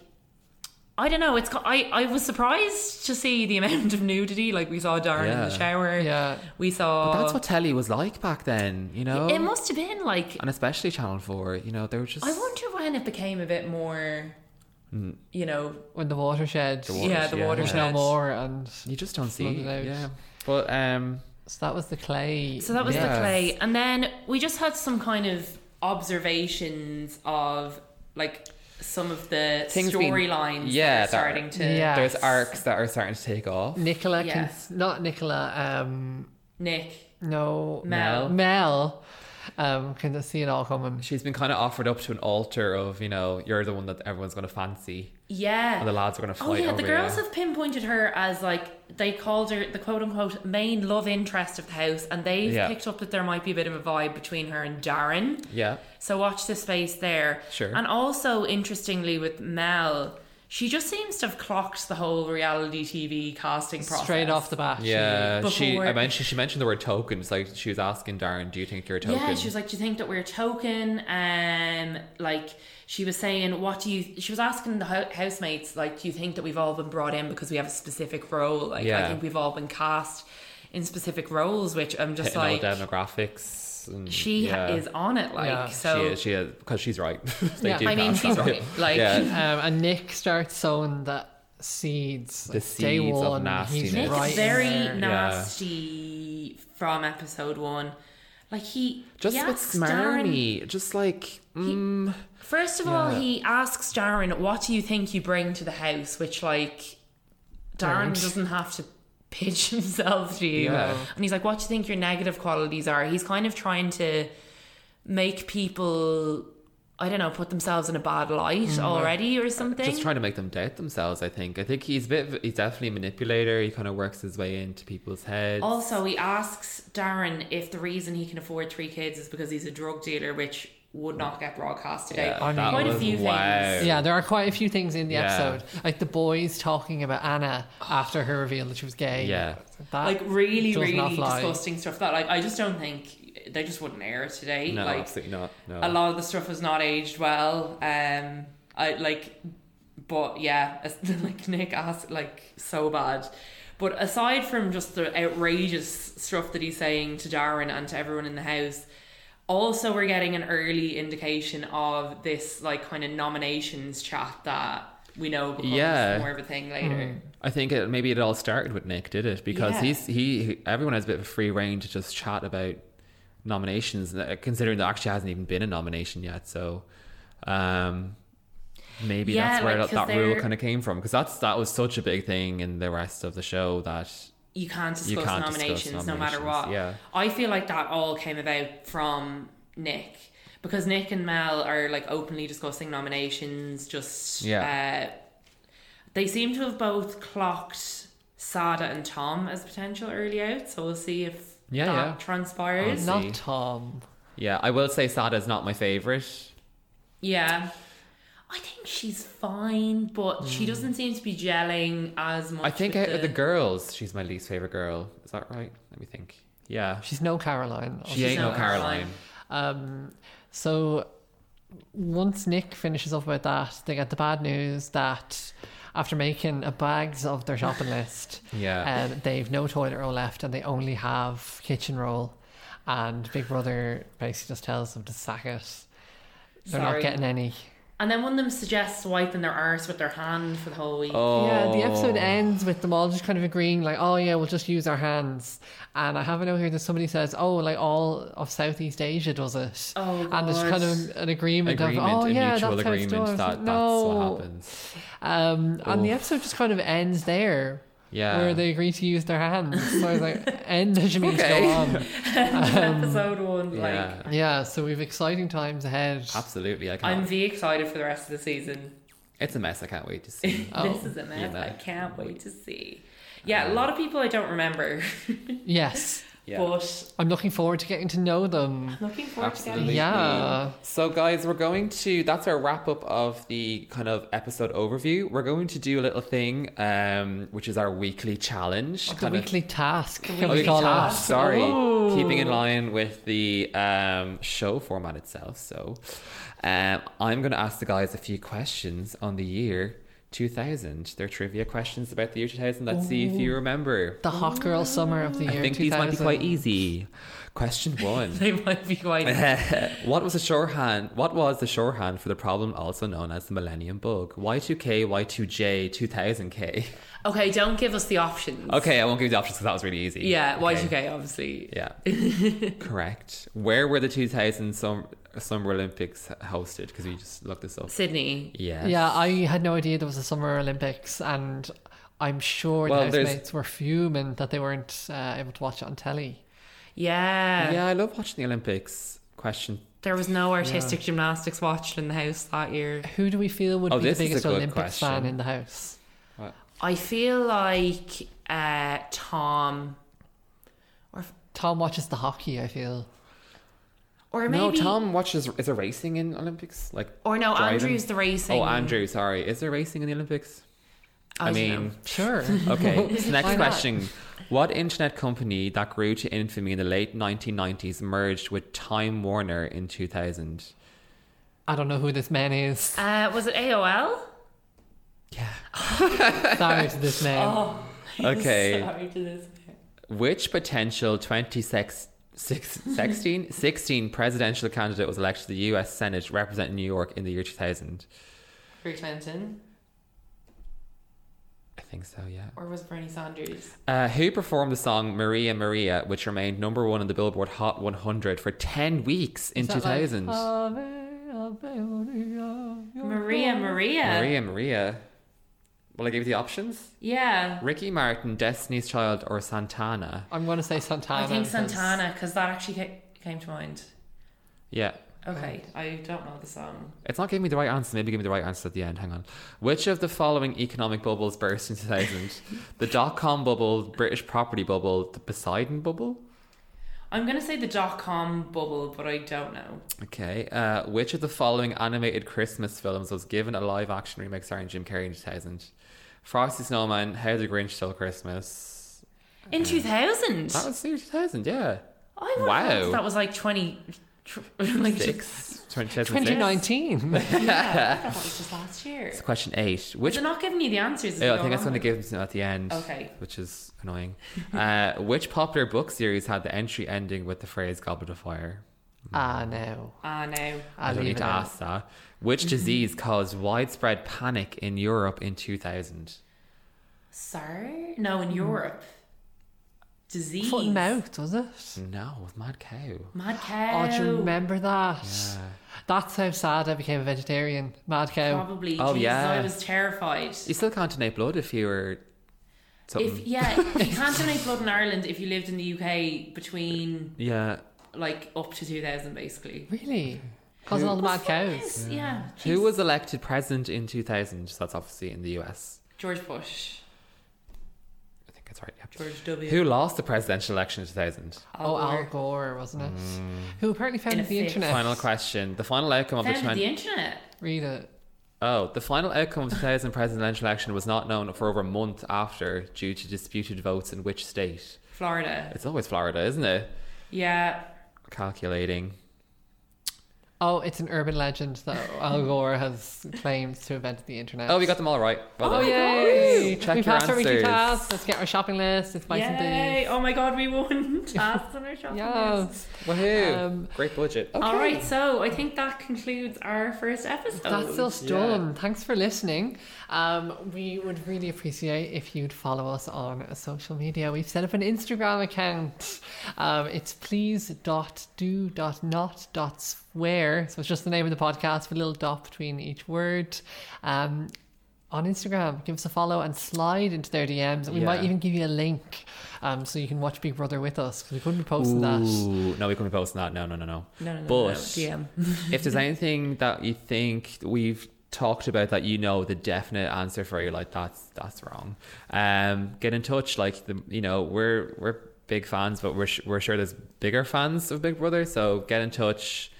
Speaker 2: I don't know. It's co- I I was surprised to see the amount of nudity. Like we saw Darren in
Speaker 1: Yeah.
Speaker 2: the shower.
Speaker 3: Yeah.
Speaker 2: we saw.
Speaker 1: That's what telly was like back then, you know,
Speaker 2: it must have been like.
Speaker 1: and especially Channel Four. You know, they were just
Speaker 2: I wonder when it became a bit more.
Speaker 1: Mm.
Speaker 2: You know,
Speaker 3: When the watershed,
Speaker 1: The waters,
Speaker 2: yeah, the
Speaker 1: yeah.
Speaker 3: there's
Speaker 2: watershed.
Speaker 3: no more, and
Speaker 1: You just don't see,
Speaker 3: Flooded out.
Speaker 1: it. yeah. But um,
Speaker 3: so that was the clay.
Speaker 2: So that was
Speaker 1: Yeah.
Speaker 2: the clay, and then we just had some kind of observations of like some of the
Speaker 1: Things we-
Speaker 2: storylines.
Speaker 1: yeah,
Speaker 2: that are
Speaker 1: that-
Speaker 2: starting to
Speaker 3: Yeah.
Speaker 1: there's arcs that are starting to take off.
Speaker 3: Nicola,
Speaker 2: Yeah.
Speaker 3: cons- not Nicola, um,
Speaker 2: Nick
Speaker 3: no,
Speaker 2: Mel.
Speaker 3: Mel, um, can just see it all coming.
Speaker 1: She's been kind of offered up to an altar of, you know, you're the one that everyone's going to fancy,
Speaker 2: Yeah,
Speaker 1: and the lads are going to fight.
Speaker 2: Oh yeah,
Speaker 1: over
Speaker 2: the girls
Speaker 1: you.
Speaker 2: have pinpointed her as like they called her the quote unquote main love interest of the house, and they've
Speaker 1: Yeah.
Speaker 2: picked up that there might be a bit of a vibe between her and Darren.
Speaker 1: Yeah,
Speaker 2: So watch this space there.
Speaker 1: Sure.
Speaker 2: And also interestingly with Mel, she just seems to have clocked the whole reality TV casting process
Speaker 3: Straight off the bat. she-
Speaker 1: yeah. She,
Speaker 2: Before-
Speaker 1: I mentioned she mentioned the word token. It's like she was asking Darren, "Do you think you're a token?"
Speaker 2: Yeah, she was like, "Do you think that we're a token?" Um, like she was saying, "What do you?" She was asking the hou- housemates, like, "Do you think that we've all been brought in because we have a specific role? Like, I
Speaker 1: Yeah.
Speaker 2: think we've all been cast in specific roles." Which I'm just
Speaker 1: hitting all
Speaker 2: like,
Speaker 1: demographics. And,
Speaker 2: she
Speaker 1: yeah.
Speaker 2: is on it, like
Speaker 3: Yeah.
Speaker 1: She
Speaker 2: so.
Speaker 1: is. She is because she's right. They
Speaker 3: Yeah.
Speaker 1: do
Speaker 2: I mean,
Speaker 1: cast
Speaker 2: she's
Speaker 1: her.
Speaker 2: right, like-
Speaker 1: yeah.
Speaker 3: Um, and Nick starts sowing that seeds.
Speaker 1: The
Speaker 3: like, day
Speaker 1: seeds of
Speaker 3: one, he's
Speaker 1: nastiness.
Speaker 2: Nick's
Speaker 3: right
Speaker 2: very
Speaker 3: there.
Speaker 2: nasty from episode one. Like he
Speaker 1: Just
Speaker 2: he
Speaker 1: a bit
Speaker 2: asks Darren-
Speaker 1: smarmy. Just like, mm,
Speaker 2: First of all, he asks Darren, "What do you think you bring to the house?" Which like Darren
Speaker 3: Don't.
Speaker 2: doesn't have to pitch himself to you.
Speaker 1: Yeah.
Speaker 2: And he's like, "What do you think your negative qualities are?" He's kind of trying to make people, I don't know, put themselves in a bad light already or something.
Speaker 1: Mm-hmm. just trying to make them doubt themselves. I think. I think he's a bit. of- He's definitely a manipulator. He kind of works his way into people's heads.
Speaker 2: Also, he asks Darren if the reason he can afford three kids is because he's a drug dealer, which would not get broadcast today.
Speaker 1: Mm. yeah, that
Speaker 2: Quite a
Speaker 1: was
Speaker 2: few things.
Speaker 1: wow.
Speaker 3: Yeah, there are quite a few things in the
Speaker 1: Yeah.
Speaker 3: episode, like the boys talking about Anna after her reveal that she was gay.
Speaker 1: Yeah.
Speaker 3: that
Speaker 2: Like really,
Speaker 3: does not
Speaker 2: really
Speaker 3: fly.
Speaker 2: disgusting stuff. That like I just don't think they just wouldn't air it today.
Speaker 1: No,
Speaker 2: like
Speaker 1: absolutely not. No.
Speaker 2: a lot of the stuff was not aged well. Um, I like, but yeah, as- like Nick asked, like so bad. But aside from just the outrageous stuff that he's saying to Darren and to everyone in the house, also we're getting an early indication of this like kind of nominations chat that we know becomes
Speaker 1: Yeah. Hmm.
Speaker 2: more of a thing later.
Speaker 1: I think it, maybe it all started with Nick, did it? Because
Speaker 2: Yeah.
Speaker 1: he's he everyone has a bit of a free reign to just chat about nominations, uh, considering there actually hasn't even been a nomination yet. So, um, maybe
Speaker 2: Yeah,
Speaker 1: that's where
Speaker 2: like,
Speaker 1: that,
Speaker 2: 'cause
Speaker 1: that rule
Speaker 2: they're-
Speaker 1: kind of came from. Because that's that was such a big thing in the rest of the show that
Speaker 2: you can't discuss,
Speaker 1: can't discuss
Speaker 2: nominations, no matter what.
Speaker 1: nominations, yeah.
Speaker 2: I feel like that all came about from Nick because Nick and Mel are like openly discussing nominations. Just
Speaker 1: Yeah.
Speaker 2: uh, they seem to have both clocked Sada and Tom as potential early out. So we'll see if
Speaker 1: Yeah,
Speaker 2: that
Speaker 1: yeah.
Speaker 2: transpires.
Speaker 1: Um, see.
Speaker 3: not Tom.
Speaker 1: yeah, I will say Sada's not my favorite.
Speaker 2: yeah. I think she's fine, but she doesn't seem to be gelling as much.
Speaker 1: Hmm. I think
Speaker 2: with
Speaker 1: out of the girls, she's my least favorite girl. Is that right? Let me think. Yeah,
Speaker 3: She's no Caroline.
Speaker 1: she ain't no
Speaker 2: not Caroline.
Speaker 1: Caroline.
Speaker 3: Um, so once Nick finishes up with that, they get the bad news that after making a bags of their shopping list,
Speaker 1: Yeah.
Speaker 3: um, they've no toilet roll left and they only have kitchen roll. And Big Brother basically just tells them to sack it. They're
Speaker 2: Sorry.
Speaker 3: not getting any.
Speaker 2: and then one of them suggests wiping their arse with their hand for the whole week.
Speaker 1: Oh,
Speaker 3: Yeah, the episode ends with them all just kind of agreeing, like, oh yeah, we'll just use our hands. And I have it over here that somebody says, oh, like all of Southeast Asia does it.
Speaker 2: Oh,
Speaker 3: and there's
Speaker 2: God.
Speaker 3: kind of an agreement,
Speaker 1: agreement,
Speaker 3: of, oh
Speaker 1: a
Speaker 3: yeah,
Speaker 1: mutual
Speaker 3: that's how it's
Speaker 1: agreement
Speaker 3: done.
Speaker 1: that
Speaker 3: It's like,
Speaker 1: that's
Speaker 3: no.
Speaker 1: what happens.
Speaker 3: Um, and the
Speaker 1: Oof.
Speaker 3: episode just kind of ends there,
Speaker 1: Yeah.
Speaker 3: where they agree to use their hands. So I was like, end as you mean to
Speaker 1: Okay.
Speaker 3: go on.
Speaker 2: episode one. Like,
Speaker 1: Um, yeah.
Speaker 3: Yeah, so we've exciting times ahead.
Speaker 1: Absolutely, I
Speaker 2: I'm
Speaker 1: can't.
Speaker 2: V excited for the rest of the season.
Speaker 1: It's a mess. I can't wait to see.
Speaker 3: Oh,
Speaker 2: this is a mess.
Speaker 1: you know. Um,
Speaker 2: I can't wait to see. Yeah, a lot of people I don't remember,
Speaker 3: Yes,
Speaker 1: Yeah.
Speaker 2: but
Speaker 3: I'm looking forward to getting to know them.
Speaker 2: looking forward
Speaker 1: Absolutely.
Speaker 2: to getting.
Speaker 3: Yeah.
Speaker 1: So, guys, we're going to. That's our wrap up of the kind of episode overview. We're going to do a little thing, um, which is our weekly challenge.
Speaker 3: The
Speaker 1: kind of-
Speaker 3: weekly task. Can
Speaker 1: Oh,
Speaker 3: we call
Speaker 1: yeah,
Speaker 3: it?
Speaker 1: Sorry,
Speaker 3: Ooh.
Speaker 1: keeping in line with the um, show format itself. So, um, I'm going to ask the guys a few questions on the year 2000. They're trivia questions about the year 2000. Let's see if you remember.
Speaker 3: The hot girl summer of the year.
Speaker 1: I think these might be quite
Speaker 3: 2000.
Speaker 1: easy. Question one.
Speaker 2: They might be quite.
Speaker 1: what was the shorthand? What was the shorthand for the problem also known as the Millennium Bug? Y2K, Y2J, 2000K.
Speaker 2: Okay, don't give us the options.
Speaker 1: Okay, I won't give you the options because that was really easy.
Speaker 2: Yeah,
Speaker 1: okay.
Speaker 2: Y2K, obviously.
Speaker 1: Yeah, correct. Where were the 2000 Sum- Summer Olympics hosted? Because we just looked this up.
Speaker 2: Sydney.
Speaker 1: Yeah.
Speaker 3: Yeah, I had no idea there was a Summer Olympics, and I'm sure
Speaker 1: Well,
Speaker 3: the
Speaker 1: there's-
Speaker 3: housemates were fuming that they weren't uh, able to watch it on telly.
Speaker 2: Yeah.
Speaker 1: Yeah, I love watching the Olympics. Question.
Speaker 2: There was no artistic gymnastics watched in the house that year.
Speaker 3: Who do we feel would
Speaker 1: Oh,
Speaker 3: be the
Speaker 1: this is a
Speaker 3: biggest
Speaker 1: good
Speaker 3: Olympics fan
Speaker 1: question.
Speaker 3: in the house?
Speaker 2: I feel like uh, Tom,
Speaker 3: Tom watches the hockey. I feel.
Speaker 2: or maybe,
Speaker 1: No, Tom watches. Is there racing in Olympics? Like.
Speaker 2: or no,
Speaker 1: driving?
Speaker 2: Andrew's the racing.
Speaker 1: Oh, Andrew. Sorry. Is there racing in the Olympics? I,
Speaker 2: don't
Speaker 1: mean.
Speaker 2: know.
Speaker 3: Sure.
Speaker 1: Okay, so next
Speaker 3: Why not?
Speaker 1: question. What internet company that grew to infamy in the late 1990s merged with Time Warner in 2000?
Speaker 3: I don't know who this man is.
Speaker 2: Uh, was it AOL?
Speaker 3: Sorry to this
Speaker 2: Oh.
Speaker 3: man.
Speaker 1: Okay,
Speaker 2: Sorry to this.
Speaker 1: which potential 2016 16, 16 presidential candidate was elected to the US Senate representing New York in the year 2000?
Speaker 2: Hillary Clinton.
Speaker 1: think so, yeah.
Speaker 2: Or was Bernie Sanders?
Speaker 1: Uh, who performed the song Maria Maria, which remained number one on the Billboard Hot 100 for 10 weeks in
Speaker 3: Is that like, oh,
Speaker 1: 2000?
Speaker 3: Ave, Ave Maria, you're
Speaker 2: Maria,
Speaker 3: born-
Speaker 2: Maria.
Speaker 1: Maria Maria. Well, I gave you the options
Speaker 2: Yeah.
Speaker 1: Ricky Martin, Destiny's Child, or Santana.
Speaker 3: I'm going to say Santana.
Speaker 2: I think
Speaker 3: because-
Speaker 2: Santana, because that actually ca- came to mind.
Speaker 1: Yeah.
Speaker 2: Okay, I don't know the song.
Speaker 1: It's not giving me the right answer. Maybe give me the right answer at the end. Hang on. Which of the following economic bubbles burst in 2000? the dot com bubble, British property bubble, the Poseidon bubble?
Speaker 2: I'm gonna say the dot com bubble, but I don't know.
Speaker 1: Okay. Uh, which of the following animated Christmas films was given a live action remake starring Jim Carrey in 2000? Frosty Snowman, How the Grinch Stole Christmas.
Speaker 2: In 2000,
Speaker 1: That was 2000, yeah.
Speaker 2: I would
Speaker 1: Wow.
Speaker 2: have thought that was like 20, tr- like
Speaker 1: Six. 2006.
Speaker 3: 2019.
Speaker 2: yeah, I thought it was just last year.
Speaker 1: It's question eight. Which
Speaker 2: Is it not giving you the answers? as
Speaker 1: Yeah,
Speaker 2: you
Speaker 1: Oh, I
Speaker 2: go
Speaker 1: think that's
Speaker 2: along?
Speaker 1: going to give them to at the end.
Speaker 2: Okay.
Speaker 1: Which is annoying. uh, which popular book series had the entry ending with the phrase Goblet of Fire?
Speaker 3: ah, no.
Speaker 2: Ah no,
Speaker 1: I
Speaker 3: I'll
Speaker 1: don't
Speaker 3: leave
Speaker 1: need
Speaker 3: it
Speaker 1: to
Speaker 3: out.
Speaker 1: ask that. Which
Speaker 2: Mm-hmm.
Speaker 1: disease caused widespread panic in Europe in 2000?
Speaker 2: sorry, no. In Europe, disease,
Speaker 3: Foot and mouth, was it?
Speaker 1: No, it was mad cow.
Speaker 2: mad
Speaker 3: Oh,
Speaker 2: cow.
Speaker 3: do you remember that?
Speaker 1: Yeah.
Speaker 3: That's how sad I became a vegetarian. Mad cow.
Speaker 2: Probably.
Speaker 1: Oh,
Speaker 2: Jesus,
Speaker 1: yeah.
Speaker 2: I was terrified.
Speaker 1: You still can't donate blood if you were something.
Speaker 2: If yeah, you can't donate blood in Ireland if you lived in the UK between
Speaker 1: yeah.
Speaker 2: like up to 2000, basically.
Speaker 3: Really? Causing all the mad cows.
Speaker 2: Yeah. yeah.
Speaker 1: Who was elected president in 2000? So that's obviously in the US.
Speaker 2: George Bush?
Speaker 1: I think that's right. Yeah.
Speaker 2: George W.
Speaker 1: Who lost the presidential election in 2000?
Speaker 3: Oh, Al
Speaker 2: Gore
Speaker 3: Gore, wasn't it? Who apparently
Speaker 2: In a
Speaker 3: founded the
Speaker 2: fix.
Speaker 3: internet.
Speaker 1: Final question. The final outcome of the
Speaker 2: founded
Speaker 1: Chinese.
Speaker 2: the internet.
Speaker 3: Read it.
Speaker 1: Oh, the final outcome of the 2000 presidential election was not known for over a month after due to disputed votes in which state.
Speaker 2: Florida.
Speaker 1: It's always Florida, isn't it?
Speaker 2: Yeah.
Speaker 1: Calculating.
Speaker 3: Oh, it's an urban legend that Al Gore has claims to have invented the internet.
Speaker 1: Oh, we got them all right. Well
Speaker 2: Oh,
Speaker 1: done.
Speaker 2: yeah.
Speaker 3: Yay!
Speaker 1: Check
Speaker 3: we
Speaker 1: your
Speaker 3: passed our weekly
Speaker 1: answers.
Speaker 3: task. Let's get our shopping list. Let's buy
Speaker 2: Yay.
Speaker 3: some
Speaker 2: Oh my god, we won. Tasks on our shopping
Speaker 3: things.
Speaker 2: list.
Speaker 3: Yes.
Speaker 1: Woohoo.
Speaker 3: Um,
Speaker 1: Great budget.
Speaker 2: All
Speaker 3: Okay.
Speaker 2: right, so I think that concludes our first episode.
Speaker 3: That's us
Speaker 1: Oh, yeah.
Speaker 3: done. Thanks for listening. Um, we would really appreciate if you'd follow us on social media. We've set up an Instagram account. Um, it's please.do.not.swear. So it's just the name of the podcast with a little dot between each word. Um, on Instagram, give us a follow and slide into their DMs. And we
Speaker 1: Yeah.
Speaker 3: might even give you a link um, so you can watch Big Brother with us because we couldn't be posting that.
Speaker 1: Ooh, no, we couldn't post that. No, no, no, no.
Speaker 2: No, no, no,
Speaker 1: But-
Speaker 2: no, DM.
Speaker 1: if there's anything that you think we've talked about that you know the definite answer for, you're like, that's that's wrong. Um, get in touch. Like the, you know, we're we're big fans, but we're sh- we're sure there's bigger fans of Big Brother. So get in touch.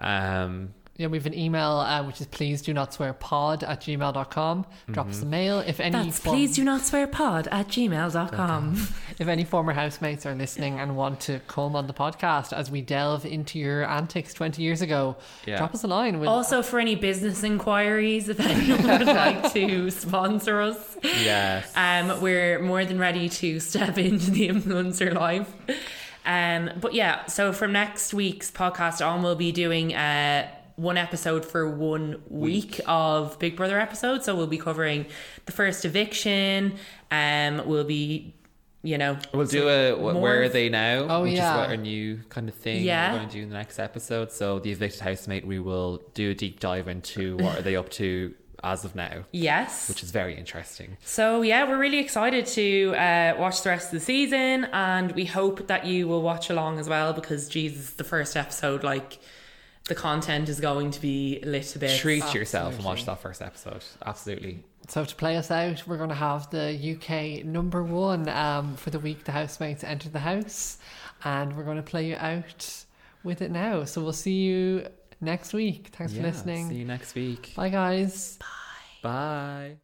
Speaker 1: Um,
Speaker 3: Yeah, we have an email uh, which is please do not swear pod at gmail.com. Drop us a mail. If any
Speaker 2: That's
Speaker 3: form-
Speaker 2: please do not swear pod at gmail.com.
Speaker 3: if any former housemates are listening and want to come on the podcast as we delve into your antics twenty years ago,
Speaker 1: Yeah.
Speaker 3: drop us a line with
Speaker 2: Also, for any business inquiries, if anyone would like to sponsor us,
Speaker 1: yes.
Speaker 2: Um, we're more than ready to step into the influencer life. Um, but yeah, so from next week's podcast on, we'll be doing uh, one episode for one week, of Big Brother episode. So we'll be covering the first eviction. Um, we'll be, you know,
Speaker 1: We'll do a wh-
Speaker 2: more
Speaker 1: where are
Speaker 2: of-
Speaker 1: they now?
Speaker 3: Oh,
Speaker 1: which
Speaker 3: yeah.
Speaker 1: is what our new kind of thing
Speaker 2: Yeah.
Speaker 1: we're going to do in the next episode. So the evicted housemate, we will do a deep dive into what are they up to as of now,
Speaker 2: yes.
Speaker 1: which is very interesting.
Speaker 2: So yeah, we're really excited to uh, watch the rest of the season, and we hope that you will watch along as well because Jesus, the first episode, like the content is going to be lit a bit.
Speaker 1: treat yourself and watch that first episode. Absolutely.
Speaker 3: So to play us out, we're going to have the UK number one um, for the week the housemates enter the house, and we're going to play you out with it now. So we'll see you next week. Thanks for
Speaker 1: Yeah,
Speaker 3: listening.
Speaker 1: See you next week.
Speaker 3: Bye guys.
Speaker 1: Bye.